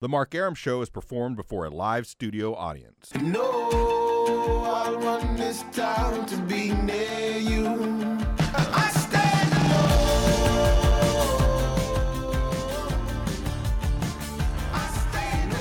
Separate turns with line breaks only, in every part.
The Mark Aram Show is performed before a live studio audience.
No, I want this town to be near you. I stand alone. I stand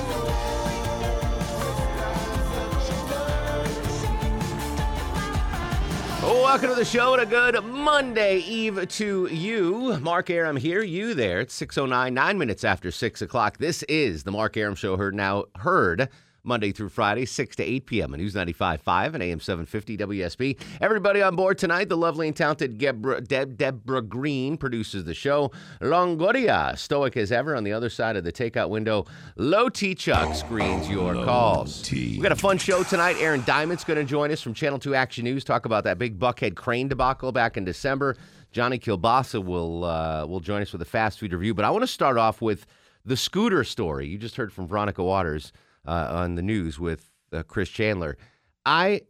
Oh, Welcome to the show and a good Monday Eve to you. Mark Aram here, you there. It's 6.09, nine minutes after 6 o'clock. This is the Mark Aram Show, heard now heard Monday through Friday, 6 to 8 p.m. on News 95.5 and AM 750 WSB. Everybody on board tonight, the lovely and talented Gebra, Deb, Deborah Green produces the show. Longoria, stoic as ever, on the other side of the takeout window. Low T Chuck screens your calls. We got a fun show tonight. Aaron Diamond's going to join us from Channel 2 Action News, talk about that big Buckhead crane debacle back in December. Johnny Kilbasa will uh, will join us with a fast food review, but I want to start off with the scooter story. You just heard from Veronica Waters uh, on the news with uh, Chris Chandler. I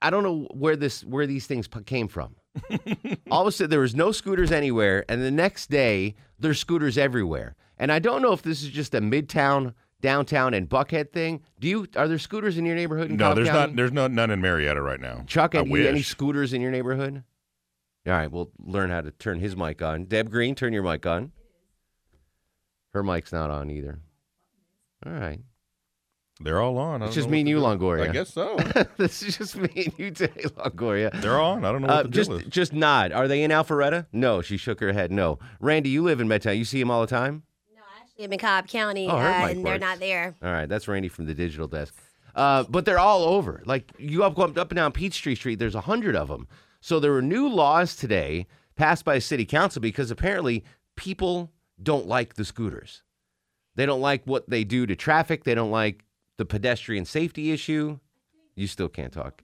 I don't know where this where these things p- came from. All of a sudden, there was no scooters anywhere, and the next day there's scooters everywhere. And I don't know if this is just a midtown, downtown, and Buckhead thing. Do you are there scooters in your neighborhood? In
No,
Cobb
there's
County?
not. There's no none in Marietta right now.
Chuck,
I
have you any
wish.
scooters in your neighborhood? All right, we'll learn how to turn his mic on. Deb Green, turn your mic on. Her mic's not on either. All right.
They're all on. I
It's
don't
just
know
me
what
and
the
you,
deal-
Longoria.
I guess so.
this is just me and you today, Longoria.
They're on. I don't know what
Uh,
the deal
just,
is.
just nod. Are they in Alpharetta? No, she shook her head. No. Randy, you live in Midtown. You see him all the time?
in Cobb County,
Oh,
uh,
her mic
and they're
works.
not there.
All right, that's Randy from the digital desk. Uh, but they're all over. Like you up up and down Peachtree Street, there's a hundred of them. So there were new laws today passed by city council because apparently people don't like the scooters. They don't like what they do to traffic. They don't like the pedestrian safety issue. You still can't talk.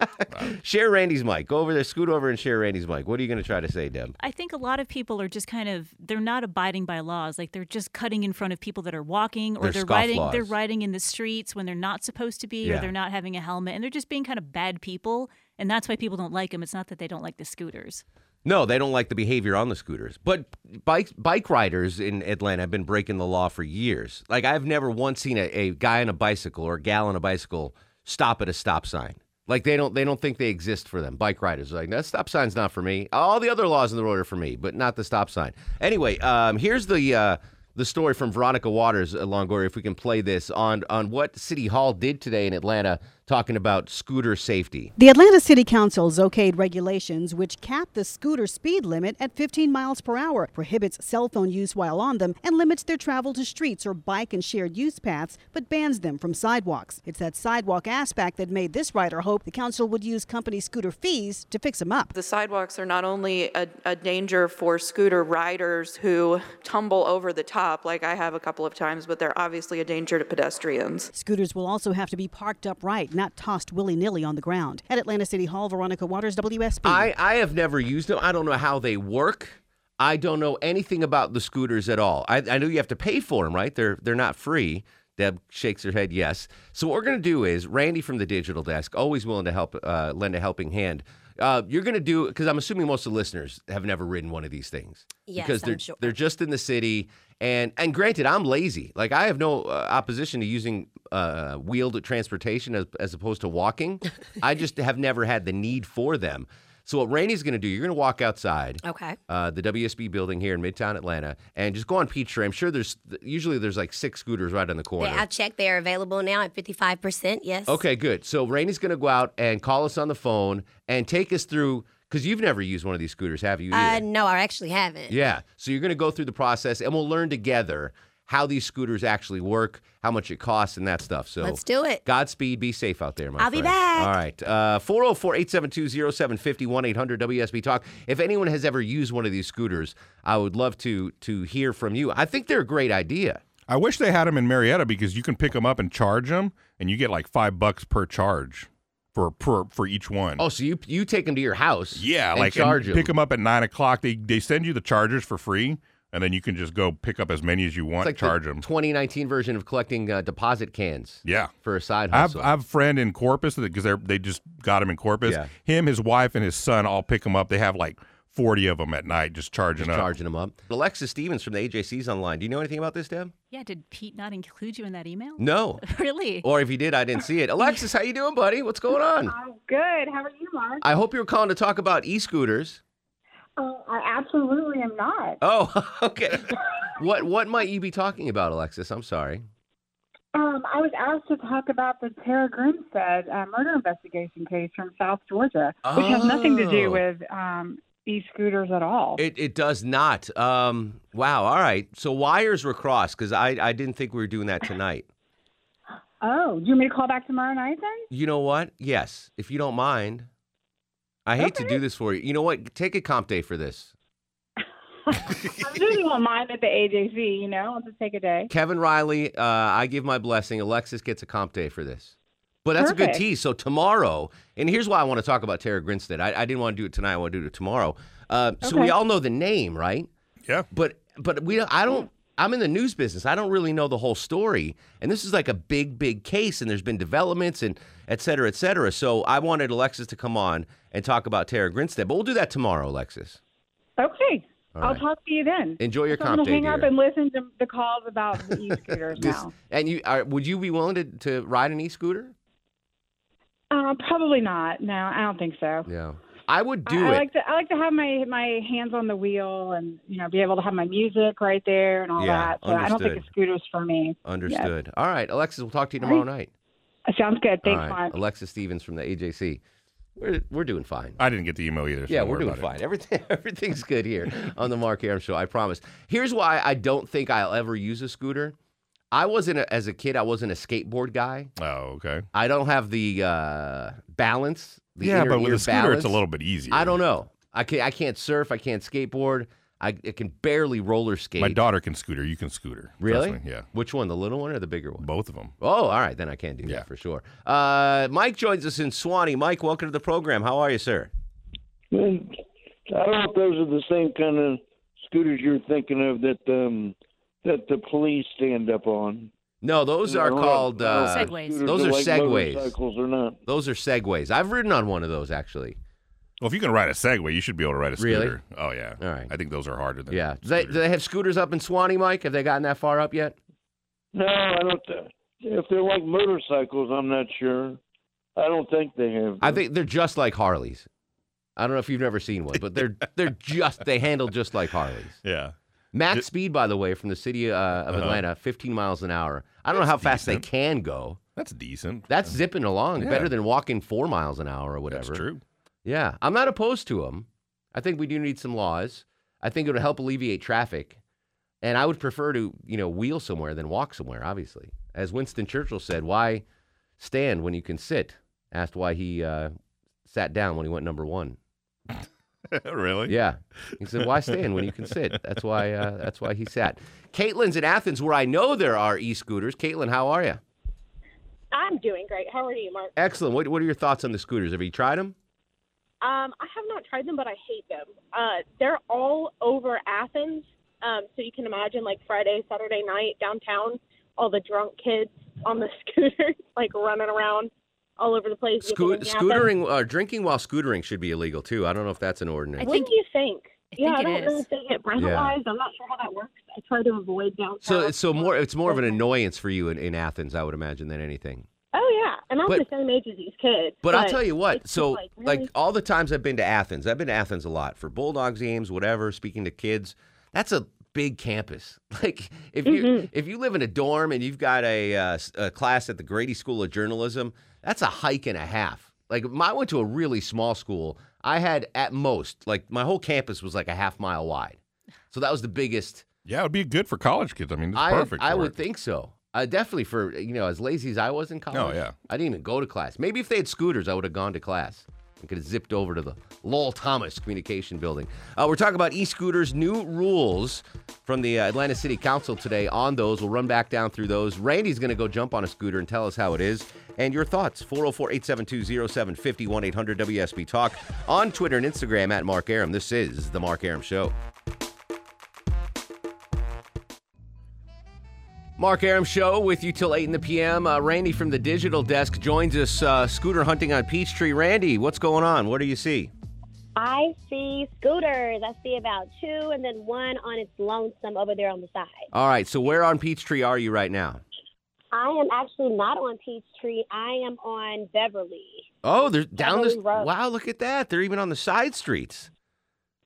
share Randy's mic. Go over there, scoot over and share Randy's mic. What are you going to try to say, Deb?
I think a lot of people are just kind of they're not abiding by laws. Like they're just cutting in front of people that are walking or
They're
they're, riding they're
scofflaws.
riding in the streets when they're not supposed to be
Yeah.
or they're not having a helmet and they're just being kind of bad people and that's why people don't like them. It's not that they don't like the scooters.
No, they don't like the behavior on the scooters. But bike bike riders in Atlanta have been breaking the law for years. Like I've never once seen a, a guy on a bicycle or a gal on a bicycle stop at a stop sign. Like they don't they don't think they exist for them. Bike riders are like that stop sign's not for me. All the other laws in the road are for me, but not the stop sign. Anyway, um, here's the uh, the story from Veronica Waters uh, Longoria. If we can play this on on what City Hall did today in Atlanta, talking about scooter safety.
The Atlanta City Council's okayed regulations, which cap the scooter speed limit at 15 miles per hour, prohibits cell phone use while on them, and limits their travel to streets or bike and shared use paths, but bans them from sidewalks. It's that sidewalk aspect that made this rider hope the council would use company scooter fees to fix them up.
The sidewalks are not only a, a danger for scooter riders who tumble over the top, like I have a couple of times, but they're obviously a danger to pedestrians.
Scooters will also have to be parked upright, not tossed willy nilly on the ground. At Atlanta City Hall, Veronica Waters, WSB.
I, I have never used them. I don't know how they work. I don't know anything about the scooters at all. I, I know you have to pay for them, right? They're they're not free. Deb shakes her head yes. So what we're gonna do is Randy from the digital desk, always willing to help, uh, lend a helping hand. Uh, you're gonna do because I'm assuming most of the listeners have never ridden one of these things.
Yes,
because
I'm
they're
sure.
they're just in the city, and and granted, I'm lazy. Like I have no uh, opposition to using uh, wheeled transportation as as opposed to walking. I just have never had the need for them. So what Randy's going to do, you're going to walk outside.
Okay.
Uh, the WSB building here in Midtown Atlanta, and just go on Peachtree. I'm sure there's usually there's like six scooters right on the
They,
corner.
I checked; they're available now at fifty-five percent. Yes.
Okay, good. So Rainey's going to go out and call us on the phone and take us through because you've never used one of these scooters, have you?
Uh,
either?
no, I actually haven't.
Yeah. So you're going to go through the process, and we'll learn together how these scooters actually work, how much it costs, and that stuff. So
Let's do it.
Godspeed. Be safe out there, my
I'll be
friend.
back.
All right. uh, 404 872 0750 800 WSB Talk. If anyone has ever used one of these scooters, I would love to to hear from you. I think they're a great idea.
I wish they had them in Marietta because you can pick them up and charge them, and you get like five bucks per charge for per, for each one.
Oh, so you you take them to your house?
yeah,
and
like and
charge them.
pick them up at nine o'clock. They they send you the chargers for free, and then you can just go pick up as many as you want,
It's like
charge
the
them.
2019 version of collecting uh, deposit cans
yeah.
for a side
I've,
hustle.
I have a friend in Corpus because they they just got him in Corpus.
Yeah.
Him, his wife, and his son all pick him up. They have like forty of them at night, just charging up.
charging them up. Alexa Stevens from the AJC's online. Do you know anything about this, Deb?
Yeah, did Pete not include you in that email?
No.
Really?
Or if you did, I didn't see it. Alexis, how you doing, buddy? What's going on?
I'm good. How are you, Mark?
I hope you were calling to talk about e-scooters.
Oh, I absolutely am not.
Oh, okay. what what might you be talking about, Alexis? I'm sorry.
Um, I was asked to talk about the Tara Grimstead uh, murder investigation case from South Georgia, which has nothing to
Oh.
do with um, e-scooters at all.
It it does not. Um, wow. All right. So wires were crossed because I I didn't think we were doing that tonight.
oh, do you want me to call back tomorrow night then?
You know what? Yes, if you don't mind. I hate to do this for you. You know what? Take a comp day for this.
I'm doing one mine at the AJC. You know, I'll just take a day.
Kevin Riley, uh, I give my blessing. Alexis gets a comp day for this. But that's a good
Perfect.
tease. So tomorrow, and here's why I want to talk about Tara Grinstead. I, I didn't want to do it tonight. I want to do it tomorrow. Uh, so we
Okay.
all know the name, right?
Yeah.
But but we don't- I don't. I'm in the news business. I don't really know the whole story. And this is like a big, big case, and there's been developments and et cetera, et cetera. So I wanted Alexis to come on and talk about Tara Grinstead. But we'll do that tomorrow, Alexis.
Okay,
All
I'll
right.
talk to you then.
Enjoy your
So
comp
I'm gonna
day,
hang up
dear.
and listen to the calls about the e-scooters
This-
now.
and you are, would you be willing to, to ride an e-scooter?
Uh, probably not. No, I don't think so.
Yeah. I would do
I,
it.
I like to I like to have my my hands on the wheel and you know be able to have my music right there and all
Yeah,
that. So I don't think
understood.
a scooter's for me.
Understood. All right, Alexis, we'll talk to you tomorrow night.
Uh, Sounds good.
All
Thanks,
right,
Mark.
Alexis Stevens from the AJC. We're we're doing fine.
I didn't get the email either. So
yeah,
don't
we're
worry
doing
about it.
fine. Everything everything's good here on the Mark Aram Show. I promise. Here's why I don't think I'll ever use a scooter. I wasn't a, as a kid. I wasn't a skateboard guy.
Oh, okay.
I don't have the uh, balance. The
yeah,
inner
but with
ear
a scooter,
balance.
it's a little bit easier.
I don't know. I can I can't surf. I can't skateboard. I, I can barely roller skate.
My daughter can scooter. You can scooter. Trust
Really?
me, Yeah.
Which one? The little one or the bigger one?
Both of them.
Oh, all right. Then I can do
Yeah.
that for sure. Uh, Mike joins us in Swanee. Mike, welcome to the program. How are you, sir?
Man, I don't know if those are the same kind of scooters you're thinking of that um, that the police stand up on.
No, those are
I don't know.
called
I don't know
uh,
if
Segways.
scooters
Those are
like
segways.
Motorcycles or not?
Those are segways. I've ridden on one of those actually.
Well, if you can ride a Segway, you should be able to ride a
Really?
scooter. Oh yeah.
All right.
I think those are harder than.
Yeah. Do they, do
scooters.
they have scooters up in Swanee, Mike? Have they gotten that far up yet?
No, I don't. th- If they're like motorcycles, I'm not sure. I don't think they have.
I think they're just like Harleys. I don't know if you've never seen one, but they're they're just they handle just like Harleys.
yeah.
Max
Ju-
speed, by the way, from the city uh, of
Uh-huh.
Atlanta, 15 miles an hour. I don't know how fast they
decent.
can go.
That's decent.
That's
Yeah.
zipping along,
Yeah.
better than walking four miles an hour or whatever.
That's true.
Yeah, I'm not opposed to them. I think we do need some laws. I think it would help alleviate traffic, and I would prefer to, you know, wheel somewhere than walk somewhere. Obviously, as Winston Churchill said, "Why stand when you can sit?" Asked why he uh, sat down when he went number one.
really?
Yeah, he said, "Why stand when you can sit?" That's why. Uh, that's why he sat. Caitlin's in Athens, where I know there are e-scooters. Caitlin, how are you?
I'm doing great. How are you, Mark?
Excellent. What What are your thoughts on the scooters? Have you tried them?
Um, I have not tried them, but I hate them. Uh, they're all over Athens, um, so you can imagine like Friday, Saturday night downtown, all the drunk kids on the scooters like running around all over the place.
Scoot,
yipping and yapping.
scootering, uh, drinking while scootering should be illegal too. I don't know if that's an ordinance.
I
What
think-
do you think?
I
yeah,
think
I
it
don't really
is.
think it brand wise. I'm not sure how that works. I try to avoid downtown.
So it's so more. It's more of an annoyance for you in, in Athens, I would imagine, than anything.
Oh yeah, and I'm
But-
the same age as these kids.
But, I'll tell you what.
it's just
So
like,
like
really?
all the times I've been to Athens, I've been to Athens a lot for Bulldogs games, whatever. Speaking to kids, that's a big campus. Like if you
Mm-hmm.
if you live in a dorm and you've got a, uh, s- a class at the Grady School of Journalism, that's a hike and a half. Like I went to a really small school. I had at most like my whole campus was like a half mile wide. So that was the biggest.
Yeah, it would be good for college kids. I mean, it's
I,
perfect.
I
for
would
it.
think so. Uh, definitely for you know, as lazy as I was in college.
yeah.
I didn't even go to class. Maybe if they had scooters, I would have gone to class. and get it zipped over to the Lowell Thomas Communication Building. Uh, we're talking about e-scooters, new rules from the uh, Atlanta City Council today on those. We'll run back down through those. Randy's going to go jump on a scooter and tell us how it is and your thoughts. 404-872-0750, 1-800-WSB Talk on Twitter and Instagram at Mark Aram. This is The Mark Aram Show. Mark Aram Show with you till 8 in the p.m. Uh, Randy from the digital desk joins us uh, scooter hunting on Peachtree. Randy, what's going on? What do you see?
I see scooters. I see about two, and then one on its lonesome over there on the side.
All right, so where on Peachtree are you right now?
I am actually not on Peachtree. I am on Beverly.
Oh, they're down this.
Beverly Road.
Wow, look at that. They're even on the side streets.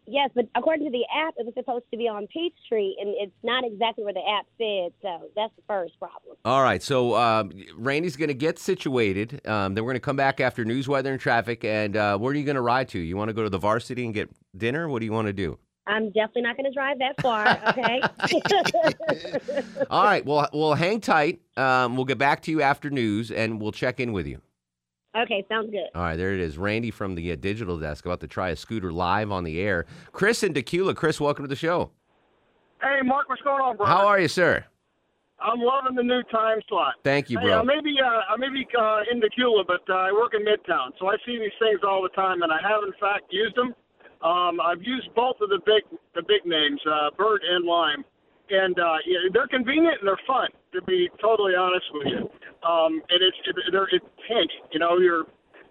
Yes, but according to the app, it was supposed to be on Peachtree, and it's not exactly where the app said. So that's the first problem.
All right, so um, Randy's going to get situated. Um, then we're going to come back after news, weather, and traffic. And uh, where are you going to ride to? You want to go to the varsity and get dinner? What do you want to do?
I'm definitely not going to drive that far. Okay.
All right, well, we'll hang tight. Um, we'll get back to you after news, and we'll check in with you.
okay, sounds good.
All right, there it is. Randy from the uh, digital desk about to try a scooter live on the air. Chris and Tequila. Chris, welcome to the show.
Hey, Mark, what's going on, bro?
How are you, sir?
I'm loving the new time slot.
Thank you,
Hey,
bro.
I may be, uh, I may be uh, in Tequila, but uh, I work in Midtown, so I see these things all the time, and I have, in fact, used them. Um, I've used both of the big the big names, uh, Bird and Lime, and uh, yeah, they're convenient and they're fun. To be totally honest with you, um, and it's they're it's hint. You know, you're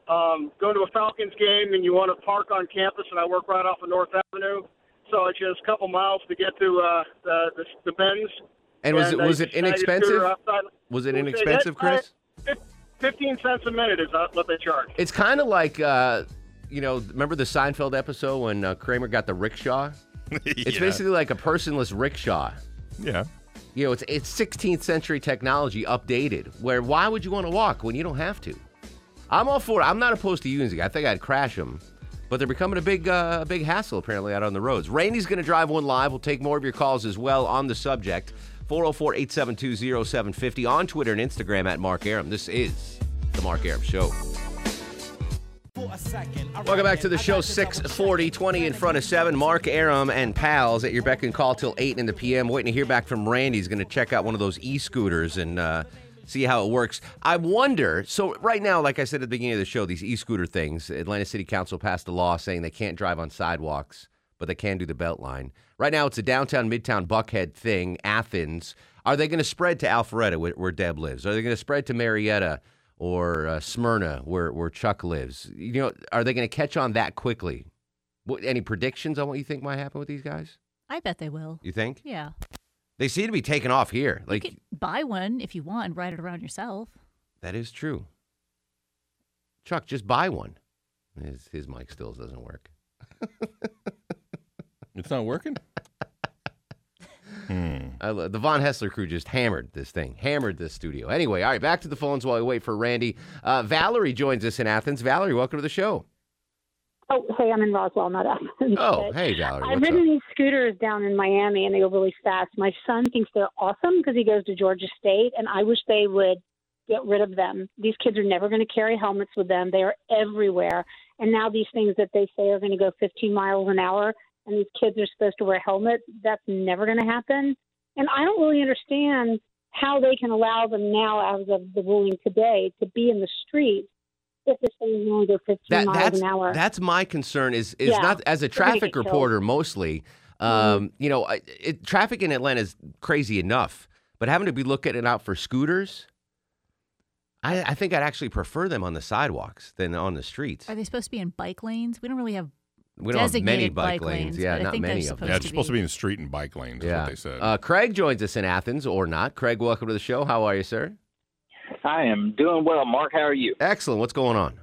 um, going to a Falcons game and you want to park on campus, and I work right off of North Avenue, so it's just a couple miles to get to uh, the, the the bends.
And was it
I
was it
decided to
inexpensive?
outside-
Was it inexpensive,
uh,
Chris?
fif- Fifteen cents a minute is uh, what they charge.
It's kind of like, uh, you know, remember the Seinfeld episode when uh, Kramer got the rickshaw? It's
Yeah.
basically like a personless rickshaw.
Yeah.
You know, it's it's 16th century technology updated. Where why would you want to walk when you don't have to? I'm all for it. I'm not opposed to using it. I think I'd crash them, but they're becoming a big uh, a big hassle apparently out on the roads. Randy's going to drive one live. We'll take more of your calls as well on the subject. 404-872-0750 on Twitter and Instagram at Mark Aram. This is the Mark Aram Show. Welcome back to the show. 640, 20 in front of 7. Mark Aram and pals at your beck and call till 8 in the p.m. Waiting to hear back from Randy. He's going to check out one of those e scooters and uh, see how it works. I wonder. So, right now, like I said at the beginning of the show, these e scooter things, Atlanta City Council passed a law saying they can't drive on sidewalks, but they can do the Beltline. Right now, it's a downtown, midtown, Buckhead thing, Athens. Are they going to spread to Alpharetta, where, where Deb lives? Are they going to spread to Marietta? or uh, Smyrna, where where Chuck lives. You know, are they going to catch on that quickly? What, any predictions on what you think might happen with these guys?
I bet they will.
You think
Yeah.
they seem to be taking off here? Like
Buy one if you want and ride it around yourself.
that is true. Chuck, just buy one. His his mic still doesn't work.
It's not working. Hmm.
I lo- the Von Hessler crew just hammered this thing, hammered this studio. Anyway, all right, back to the phones while we wait for Randy. Uh, Valerie joins us in Athens. Valerie, welcome to the show.
Oh, hey, I'm in Roswell, not Athens.
Oh,
But
hey, Valerie.
I've
what's up?
ridden these scooters down in Miami, and they go really fast. My son thinks they're awesome because he goes to Georgia State, and I wish they would get rid of them. These kids are never going to carry helmets with them. They are everywhere, and now these things that they say are going to go 15 miles an hour, and these kids are supposed to wear helmets. That's never going to happen. And I don't really understand how they can allow them now, as of the ruling today, to be in the street if this thing is going to go 15
That-
miles
that's
an hour.
that's my concern is is
Yeah.
not as a
They're gonna
traffic
get killed.
reporter mostly
Mm-hmm.
um, you know I- it, traffic in atlanta is crazy enough but having to be looking out for scooters I, I think i'd actually prefer them on the sidewalks than on the streets
Are they supposed to be in bike lanes? We don't really have
we don't have many
designated bike
lanes,
lanes,
yeah
but I
not
think they're
many of them
Yeah, it's supposed to be in the street and bike lanes.
yeah
Is what they said.
Uh, craig joins us in athens or not craig welcome to the show how are you sir
I am doing well, Mark. How are you?
excellent what's going on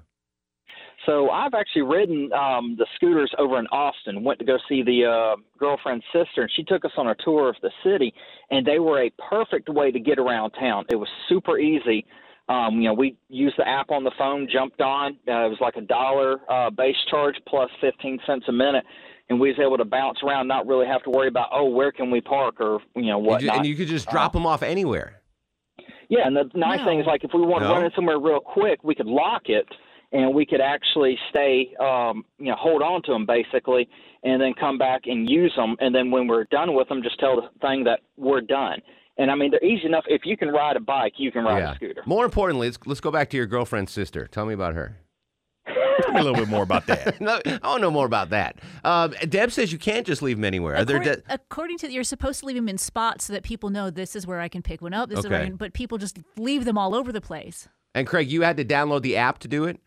So I've actually ridden um, the scooters over in Austin. Went to go see the uh, girlfriend's sister, and she took us on a tour of the city. And they were a perfect way to get around town. It was super easy. Um, you know, we used the app on the phone, jumped on. Uh, it was like a dollar uh, base charge plus fifteen cents a minute, and we was able to bounce around, not really have to worry about oh where can we park or you know uh,
And
whatnot.
you- and you could just drop them off anywhere
Yeah, and the nice thing is, like, if we want to
No.
run it somewhere real quick, we could lock it, and we could actually stay, um, you know, hold on to them basically, and then come back and use them. And then when we're done with them, just tell the thing that we're done. And I mean, they're easy enough. If you can ride a bike, you can ride
Yeah.
a scooter.
More importantly, let's, let's go back to your girlfriend's sister. Tell me about her.
Tell me a little bit more about that.
no, I want to know more about that. Um, Deb says you can't just leave them anywhere. Are there
According,
de-
according to you're supposed to leave them in spots so that people know this is where I can pick one up. This is where I
Okay.
can, but people just leave them all over the place.
and Craig, you had to download the app to do it.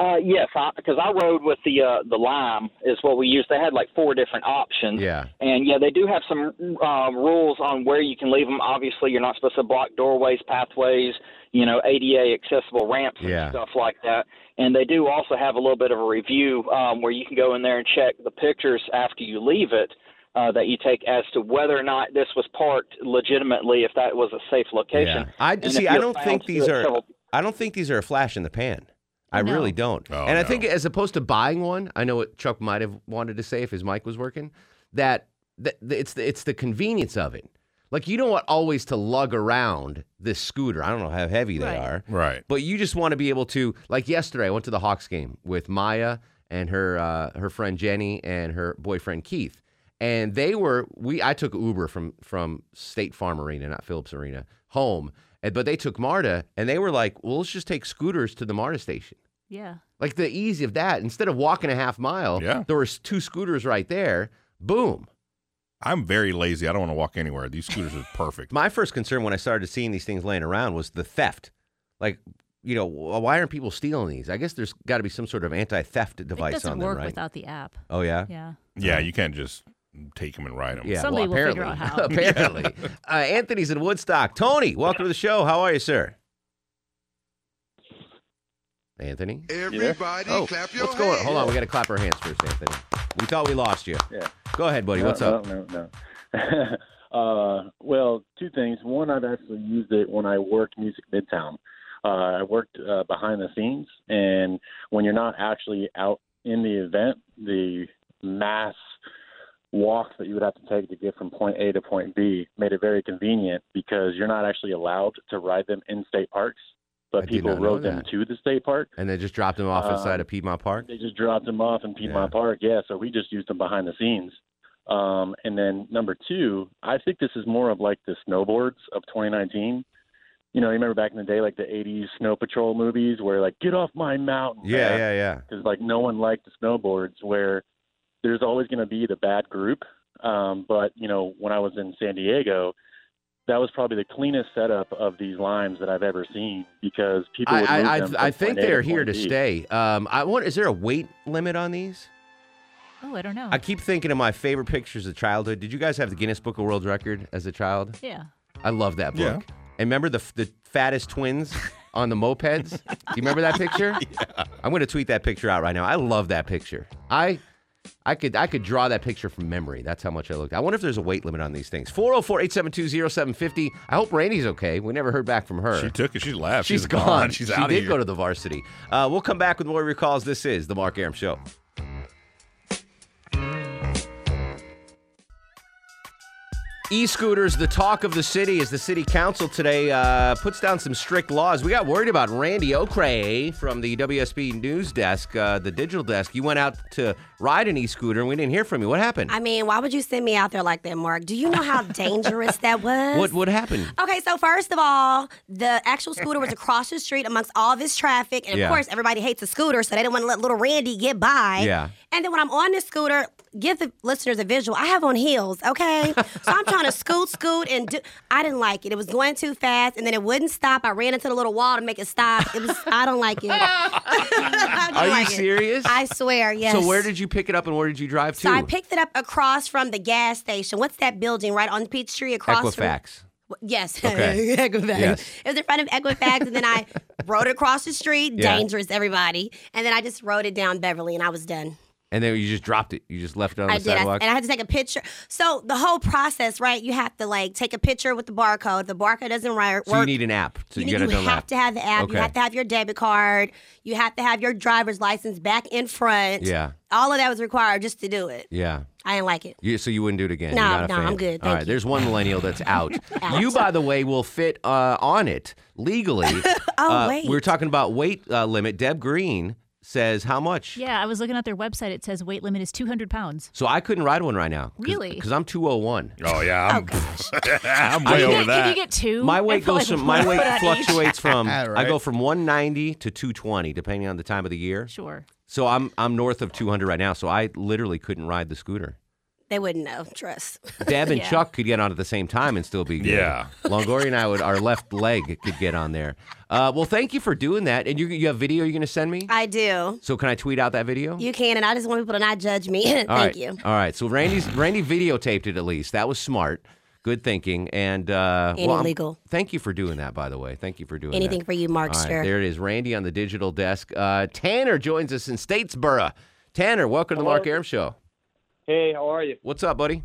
Uh, yes, because I, rode with the uh, the Lime is what we used. They had like four different options.
Yeah.
And yeah, they do have some uh, rules on where you can leave them. Obviously, you're not supposed to block doorways, pathways, you know, ADA accessible ramps and
Yeah.
stuff like that. And they do also have a little bit of a review um, where you can go in there and check the pictures after you leave it. Uh, that you take as to whether or not this was parked legitimately, if that was a safe location.
I
And if
see. I
you're
don't
found
think
to
these
have
are.
traveled
I don't think these are a flash in the pan. I
No.
really don't. and I think as opposed to buying one, I know what Chuck might have wanted to say if his mic was working. That, that that it's the, it's the convenience of it. Like you don't want always to lug around this scooter. I don't know how heavy they are.
Right.
But you just want to be able to. Like yesterday, I went to the Hawks game with Maya and her uh, her friend Jenny and her boyfriend Keith and they were we I took Uber from from State Farm Arena, not Phillips Arena, home. And, but they took MARTA, and they were like, "Well, let's just take scooters to the MARTA station."
Yeah.
Like the ease of that, instead of walking a half mile, yeah. there was two scooters right there. Boom.
I'm very lazy. I don't want to walk anywhere. These scooters are perfect.
My first concern when I started seeing these things laying around was the theft. Like, you know, wh- why aren't people stealing these? I guess there's got to be some sort of anti-theft
it
device
doesn't
on them,
work
right?
without the app.
oh yeah.
Yeah.
Yeah, you can't just take them and ride them.
Yeah,
Somebody
well,
will
apparently,
figure out how.
apparently, uh, Anthony's in Woodstock. Tony, welcome to the show. How are you, sir? Anthony.
Everybody
Oh,
clap your
what's going? on? Hold on, we
hands.
got to clap our hands first, Anthony. We thought we lost you.
Yeah.
Go ahead, buddy.
No,
What's up?
No, Uh, oh, no, no. uh, well, two things. One, I've actually used it when I worked Music Midtown. Uh, I worked uh, behind the scenes, and when you're not actually out in the event, the mass walk that you would have to take to get from point A to point B made it very convenient because you're not actually allowed to ride them in state parks, but
I did
people
not know
rode them
that.
to the state park.
And they just dropped him off
Um,
inside of Piedmont Park.
They just dropped them off in Piedmont Park. Yeah, so we just used them behind the scenes. Um, and then number two, I think this is more of like the snowboards of 2019. You know, you remember back in the day, like the 80s snow patrol movies, where like get off my mountain.
Yeah, yeah, yeah.
Because like no one liked the snowboards, where there's always going to be the bad group. Um, but you know, when I was in San Diego. That was probably the cleanest setup of these limes that I've ever seen because people. Would
I,
move
I,
them
I,
from
I think
point A
they are here
point
to
B.
stay. Um, I want. Is there a weight limit on these?
Oh, I don't know.
I keep thinking of my favorite pictures of childhood. Did you guys have the Guinness Book of World Record as a child?
yeah.
I love that book.
Yeah.
And remember the the fattest twins on the mopeds? Do you remember that picture? I'm going to tweet that picture out right now. I love that picture. I I could I could draw that picture from memory. That's how much I looked. I wonder if there's a weight limit on these things. 404-872-0750. I hope Randy's okay. We never heard back from her.
She took it. She left.
She's
She's
gone.
gone. She's
she
outta
did
here.
go to the varsity. Uh, we'll come back with more recalls. This is the Mark Aram Show. E-scooters, the talk of the city, as the city council today uh, puts down some strict laws. We got worried about Randy O'Cray from the WSB news desk, uh, the digital desk. You went out to ride an e-scooter, and we didn't hear from you. What happened?
I mean, why would you send me out there like that, Mark? Do you know how dangerous that was?
what what happened?
Okay, so first of all, the actual scooter was across the street amongst all this traffic, and
Yeah.
of course, everybody hates a scooter, so they didn't want to let little Randy get by.
Yeah.
And then when I'm on this scooter, give the listeners a visual. I have on heels, okay? so I'm trying to scoot, scoot, and do. I didn't like it. It was going too fast, and then it wouldn't stop. I ran into the little wall to make it stop. It was. I don't like it. I don't
Are you
like it.
serious?
I swear. Yes.
So where did you pick it up, and where did you drive to?
So I picked it up across from the gas station. What's that building right on Peachtree across from?
Equifax.
Well, Yes,
Okay.
Equifax.
Yes.
It was in front of Equifax, and then I rode it across the street,
Yeah.
dangerous, everybody. And then I just rode it down Beverly, and I was done.
And then you just dropped it. You just left it on
I
the
did, I,
sidewalk.
and I had to take a picture. So the whole process, right? You have to like take a picture with the barcode. If the barcode doesn't ri- work.
so you need an app. So you,
you,
got
you
another
have
app.
to have the app. You
Okay.
have to have your debit card. You have to have your driver's license back in front.
Yeah.
All of that was required just to do it.
Yeah.
I didn't like it.
You, so you wouldn't do it again.
No,
You're not a
no,
fan.
I'm good,
All
thank
right, there's one millennial that's out. You, by the way, will fit uh, on it legally
Oh,
Uh,
wait.
We were talking about weight uh, limit. Deb Green says how much?
Yeah, I was looking at their website. It says weight limit is 200 pounds.
So I couldn't ride one right now.
Really?
Because I'm 201. Oh yeah.
I'm- Oh,
gosh.
I'm Can way you over get- can you that. get two?
My
I
weight
feel
goes
like
from
we
my
put
weight
that each.
fluctuates from I
Right.
go from 190 to 220 depending on the time of the year.
Sure.
So I'm I'm north of 200 right now. So I literally couldn't ride the scooter.
They wouldn't know. Trust.
Deb and
Yeah.
Chuck could get on at the same time and still be good. Yeah. Longoria and I would our left leg could get on there. Uh, well, thank you for doing that. And you you have video you're going to send me.
I do.
So can I tweet out that video?
You can, and I just want people to not judge me. Thank
All right.
you.
All right. So Randy's Randy videotaped it at least. That was smart. Good thinking. And uh
And
I'm-
illegal.
Thank you for doing that, by the way. Thank you for doing that.
Anything for you,
All
Markster.
right, there it is. Randy on the digital desk. Uh Tanner joins us in Statesboro. Tanner, welcome to the Mark Aram Show.
Hey, how are you?
What's up, buddy?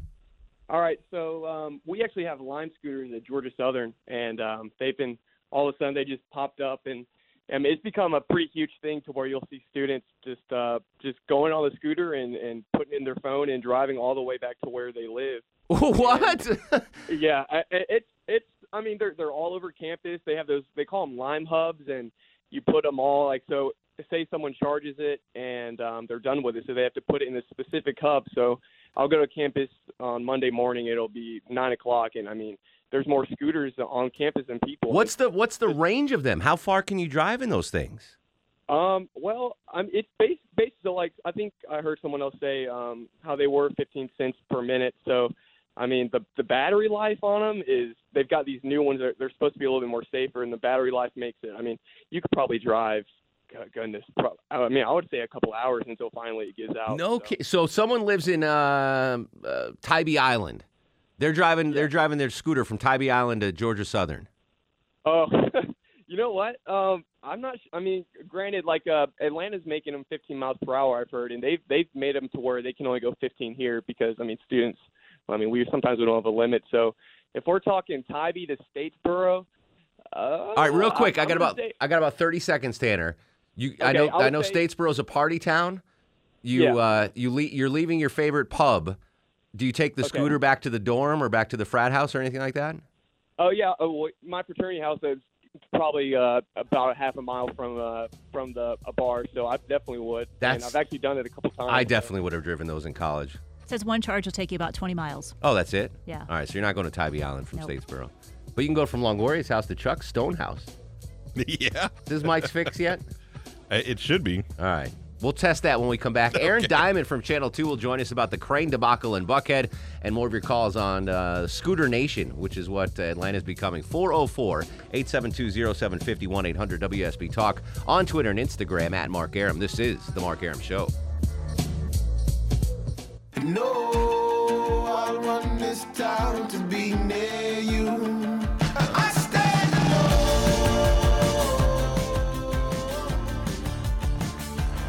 All right, so um, we actually have Lime Scooters at Georgia Southern, and um, they've been all of a sudden they just popped up, and I mean, it's become a pretty huge thing to where you'll see students just uh, just going on the scooter and and putting in their phone and driving all the way back to where they live.
What?
yeah, I, I- it's it's. I mean, they're they're all over campus. They have those. They call them Lime hubs, and you put them all like so. Say someone charges it and um, they're done with it, so they have to put it in a specific hub. So I'll go to campus on Monday morning. It'll be nine o'clock, and I mean, there's more scooters on campus than people.
What's the what's the range of them? How far can you drive in those things?
Um, well, I'm, it's based based on like I think I heard someone else say um, how they were 15 cents per minute. So, I mean the the battery life on them is they've got these new ones that they're supposed to be a little bit more safer, and the battery life makes it. I mean you could probably drive. go- Goodness, pro- I mean I would say a couple hours until finally it gives out.
No. ki- So someone lives in uh, uh, Tybee Island. They're driving. They're driving their scooter from Tybee Island to Georgia Southern.
Oh, you know what? Um, I'm not. Sh- I mean, granted, like uh, Atlanta's making them 15 miles per hour. I've heard, and they've they've made them to where they can only go 15 here because I mean, students. I mean, we sometimes we don't have a limit. So, if we're talking Tybee to Statesboro, uh,
All right, real quick.
I,
I, got about I got about thirty seconds, Tanner. You, I
Okay,
know
I
I,
would
know
say-
Statesboro's a party town. You
Yeah.
uh, you le- you're leaving your favorite pub. Do you take the
Okay.
scooter back to the dorm or back to the frat house or anything like that?
Oh yeah, oh, well, my fraternity house is probably uh, about a half a mile from uh, from the a bar, so I definitely would. and
That's-
I've actually done it a couple times.
I definitely would have driven those in college.
It says one charge will take you about 20 miles.
Oh, that's it.
Yeah.
All right, so you're not going to Tybee Island from
Nope.
Statesboro, but you can go from Longoria's house to Chuck's Stone House.
yeah. Uh,
Is Mike's fix yet?
It should be.
All right. We'll test that when we come back. Aaron Diamond from Channel 2 will join us about the crane debacle in Buckhead and more of your calls on uh, Scooter Nation, which is what uh, Atlanta's becoming. 404 872 0750 800 WSB Talk on Twitter and Instagram at Mark Aram. This is The Mark Aram Show.
No, I want this town to be near you. I stand alone.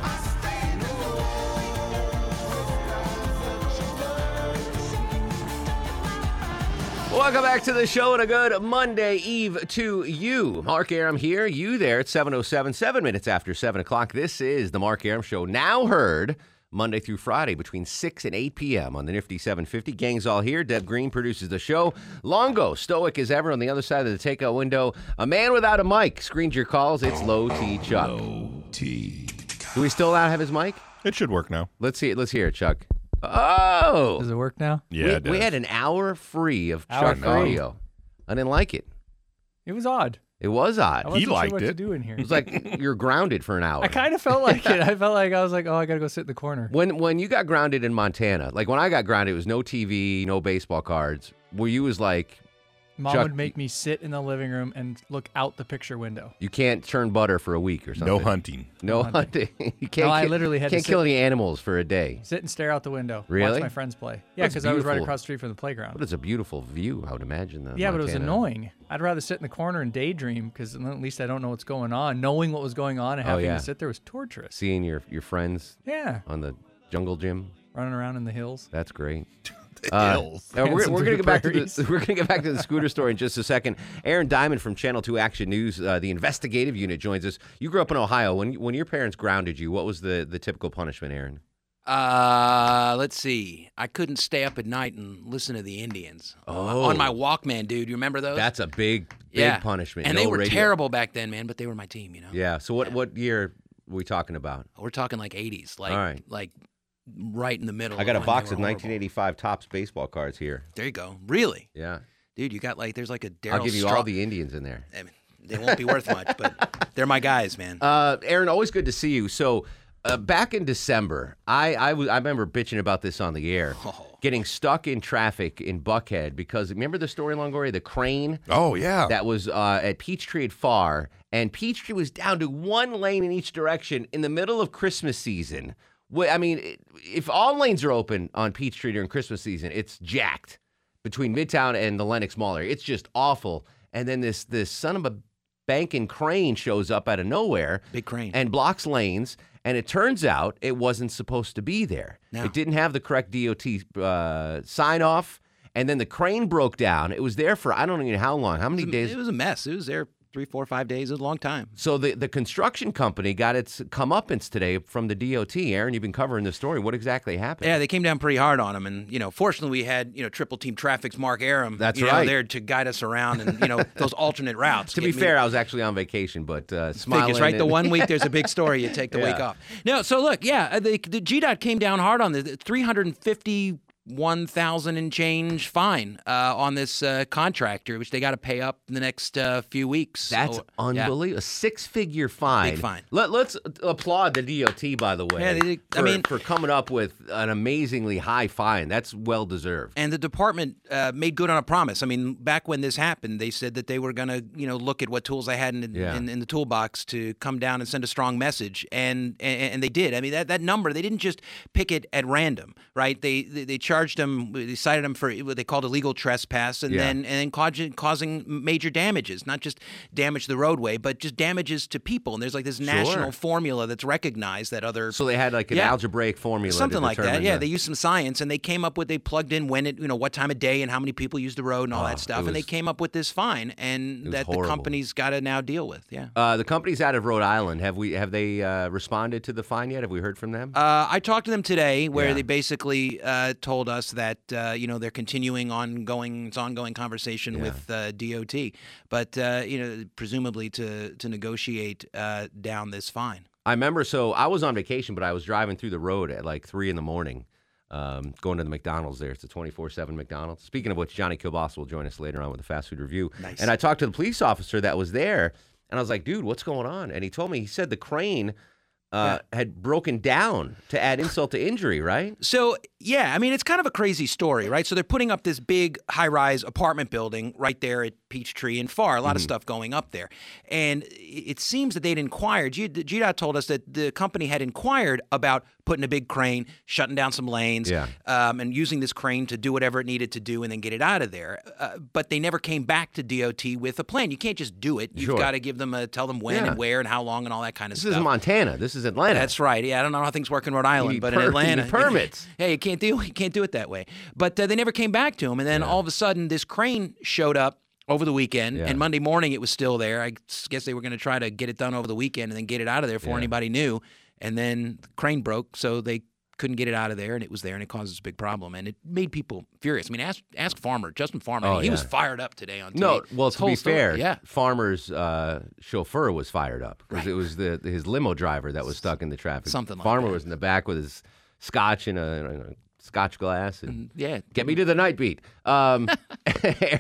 I stand
Welcome back to the show and a good Monday Eve to you. Mark Aram here, you there at 7.07, seven minutes after 7 o'clock. This is the Mark Aram Show, now heard Monday through Friday between 6 and 8 p.m. on the Nifty 750. Gang's all here. Deb Green produces the show. Longo, stoic as ever on the other side of the takeout window. A man without a mic screens your calls. It's Low T Chuck. Low T. Do we still not have his mic?
It should work now.
Let's see it. Let's hear it, Chuck. Oh!
Does it work now?
we, we had an hour free of
Hour
Chuck
free.
audio. I didn't like it.
It was odd.
It was odd.
I wasn't He sure liked what to it. do in here.
It was like you're grounded for an
I
hour.
kind of felt like it. I felt like I was like, oh, I gotta go sit in the corner.
When when you got grounded in Montana, like when I got grounded, it was no TV, no baseball cards. Where you was like,
Mom
Chuck,
would make me sit in the living room and look out the picture window.
you can't churn butter for a week or something.
hunting.
No
No hunting.
hunting. you can't.
No, I
kill-
literally had to
can't kill
sit-
any animals for a day.
Sit and stare out the window.
Really?
Watch my friends play. Yeah,
That's
because I was right
beautiful.
across the street from the playground.
But it's a beautiful view. I would imagine that.
yeah, but it was annoying. I'd rather sit in the corner and daydream because at least I don't know what's going on. Knowing what was going on and
Oh,
having
yeah.
to sit there was torturous.
Seeing your your friends.
Yeah.
On the jungle gym.
Running around in the hills.
That's great.
The hills.
uh, we're
Dancing
we're
through
going to
the
get back to
prairies.
the we're going to get back to the scooter story in just a second. Aaron Diamond from Channel Two Action News, uh, the investigative unit, joins us. You grew up in Ohio. When when your parents grounded you, what was the the typical punishment, Aaron?
Uh, let's see. I couldn't stay up at night and listen to the Indians
Oh.
on my Walkman, dude. You remember those?
That's a big, big
yeah.
punishment.
And
No
they were
radio.
terrible back then, man. But they were my team. You know,
Yeah. So what what year are we talking about?
we're talking like '80s, like
All right.
like right in the middle.
I got a
of when Oh, they
box
were
of
horrible.
1985 Topps baseball cards here.
There you go. Really,
Yeah.
dude. You got like there's like a Daryl.
I'll give you
Straw-
all the Indians in there.
I mean, they won't be worth much, but they're my guys, man.
Uh, Aaron, always good to see you. So, uh, back in December, I I w- I remember bitching about this on the air,
Oh.
getting stuck in traffic in Buckhead because remember the story, Longoria, the crane.
Oh yeah,
that was uh, at Peachtree at Far, and Peachtree was down to one lane in each direction in the middle of Christmas season. Wh- I mean, it- if all lanes are open on Peachtree during Christmas season, it's jacked between Midtown and the Lenox Mall area. It's just awful. And then this this son of a banking crane shows up out of nowhere.
Big crane.
And blocks lanes. And it turns out it wasn't supposed to be there.
No.
It didn't have the correct DOT uh, sign off. And then the crane broke down. It was there for I don't even know how long. How many days?
It was a mess. It was there three, four, five days. It was a long time.
So the, the construction company got its comeuppance today from the DOT. Aaron, you've been covering the story. What exactly happened?
Yeah, they came down pretty hard on him, and you know, fortunately, we had you know triple team traffic's Mark Aram.
That's
you know,
right.
there to guide us around and you know those alternate routes.
To
get
be
me-
fair, I was actually on vacation, but uh, smiling.
Figures, right? The
and-
one week there's a big story, you take the week
Yeah.
off. No, so look, yeah, the, the GDOT came down hard on this. 351,000 and change fine uh, on this uh, contractor, which they got to pay up in the next uh, few weeks.
That's
Oh, yeah.
unbelievable. A six figure fine.
Big fine.
Let, us applaud the DOT, by the way,
Yeah, they did- I
for,
mean-
for coming up with an amazingly high fine. That's well deserved.
And the department uh, made good on a promise. I mean, back when this happened, they said that they were going to, you know, look at what tools they had in,
Yeah.
in, in the toolbox to come down and send a strong message, and and, and they did. I mean, that, that number they didn't just pick it at random, right? They they, they charged them, they cited them for what they called illegal trespass, and
Yeah.
then and then causing, causing major damages, not just damage to the roadway, but just damages to people. And there's like this national
Sure.
formula that's recognized that other
So they had like an
Yeah.
algebraic formula. to
something like that.
determine
Yeah,
the-
they used some science and they came up with they plugged in when it you know what time of day and how many people used the road and all
Oh,
that stuff,
it
and they
was-
came up with this fine and
was
that
horrible.
the company's got to now deal with. Yeah.
Uh, the company's out of Rhode Island. Have we have they uh, responded to the fine yet? Have we heard from them?
Uh, I talked to them today, where
Yeah.
they basically uh, told us that uh, you know they're continuing ongoing, it's ongoing conversation with uh, DOT, but uh, you know presumably to to negotiate uh, down this fine.
I remember. So I was on vacation, but I was driving through the road at like three in the morning, um, going to the McDonald's. There, it's a twenty-four-seven McDonald's. Speaking of which, Johnny Kilboss will join us later on with a fast food review.
Nice.
And I talked to the police officer that was there, and I was like, "Dude, what's going on?" And he told me he said the crane uh, had broken down to add insult to injury. Right?
So yeah, I mean it's kind of a crazy story, right? So they're putting up this big high-rise apartment building right there at Peachtree and Far. A
Mm-hmm.
lot of stuff going up there, and i- it seems that they'd inquired. G- GDOT told us that the company had inquired about putting a big crane, shutting down some lanes,
Yeah.
um, and using this crane to do whatever it needed to do and then get it out of there. Uh, but they never came back to DOT with a plan. You can't just do it. You've
Sure.
got to give them a tell them when
Yeah.
and where and how long and all that kind of
This
stuff.
isn't Montana. This is Atlanta.
That's right. Yeah, I don't know how things work in Rhode Island,
need
but
per-
in
you
Atlanta,
need permits.
Yeah, you can't do you can't do it that way. But uh, they never came back to him, and then all of a sudden, this crane showed up over the weekend, and Monday morning it was still there. I s- guess they were going to try to get it done over the weekend and then get it out of there before
Yeah.
anybody knew. And then the crane broke, so they couldn't get it out of there, and it was there, and it caused us a big problem, and it made people furious. I mean, ask ask Farmer, Justin Farmer,
Oh,
he was
yeah.
fired up today on TV.
No, well,
This
to
whole
be
story-
fair,
yeah.
Farmer's uh, chauffeur was fired up because it was the his limo driver that was stuck in the traffic.
Something like
Farmer
that.
was in the back with his scotch and a, and a scotch glass and
yeah,
get me to the night beat. Um,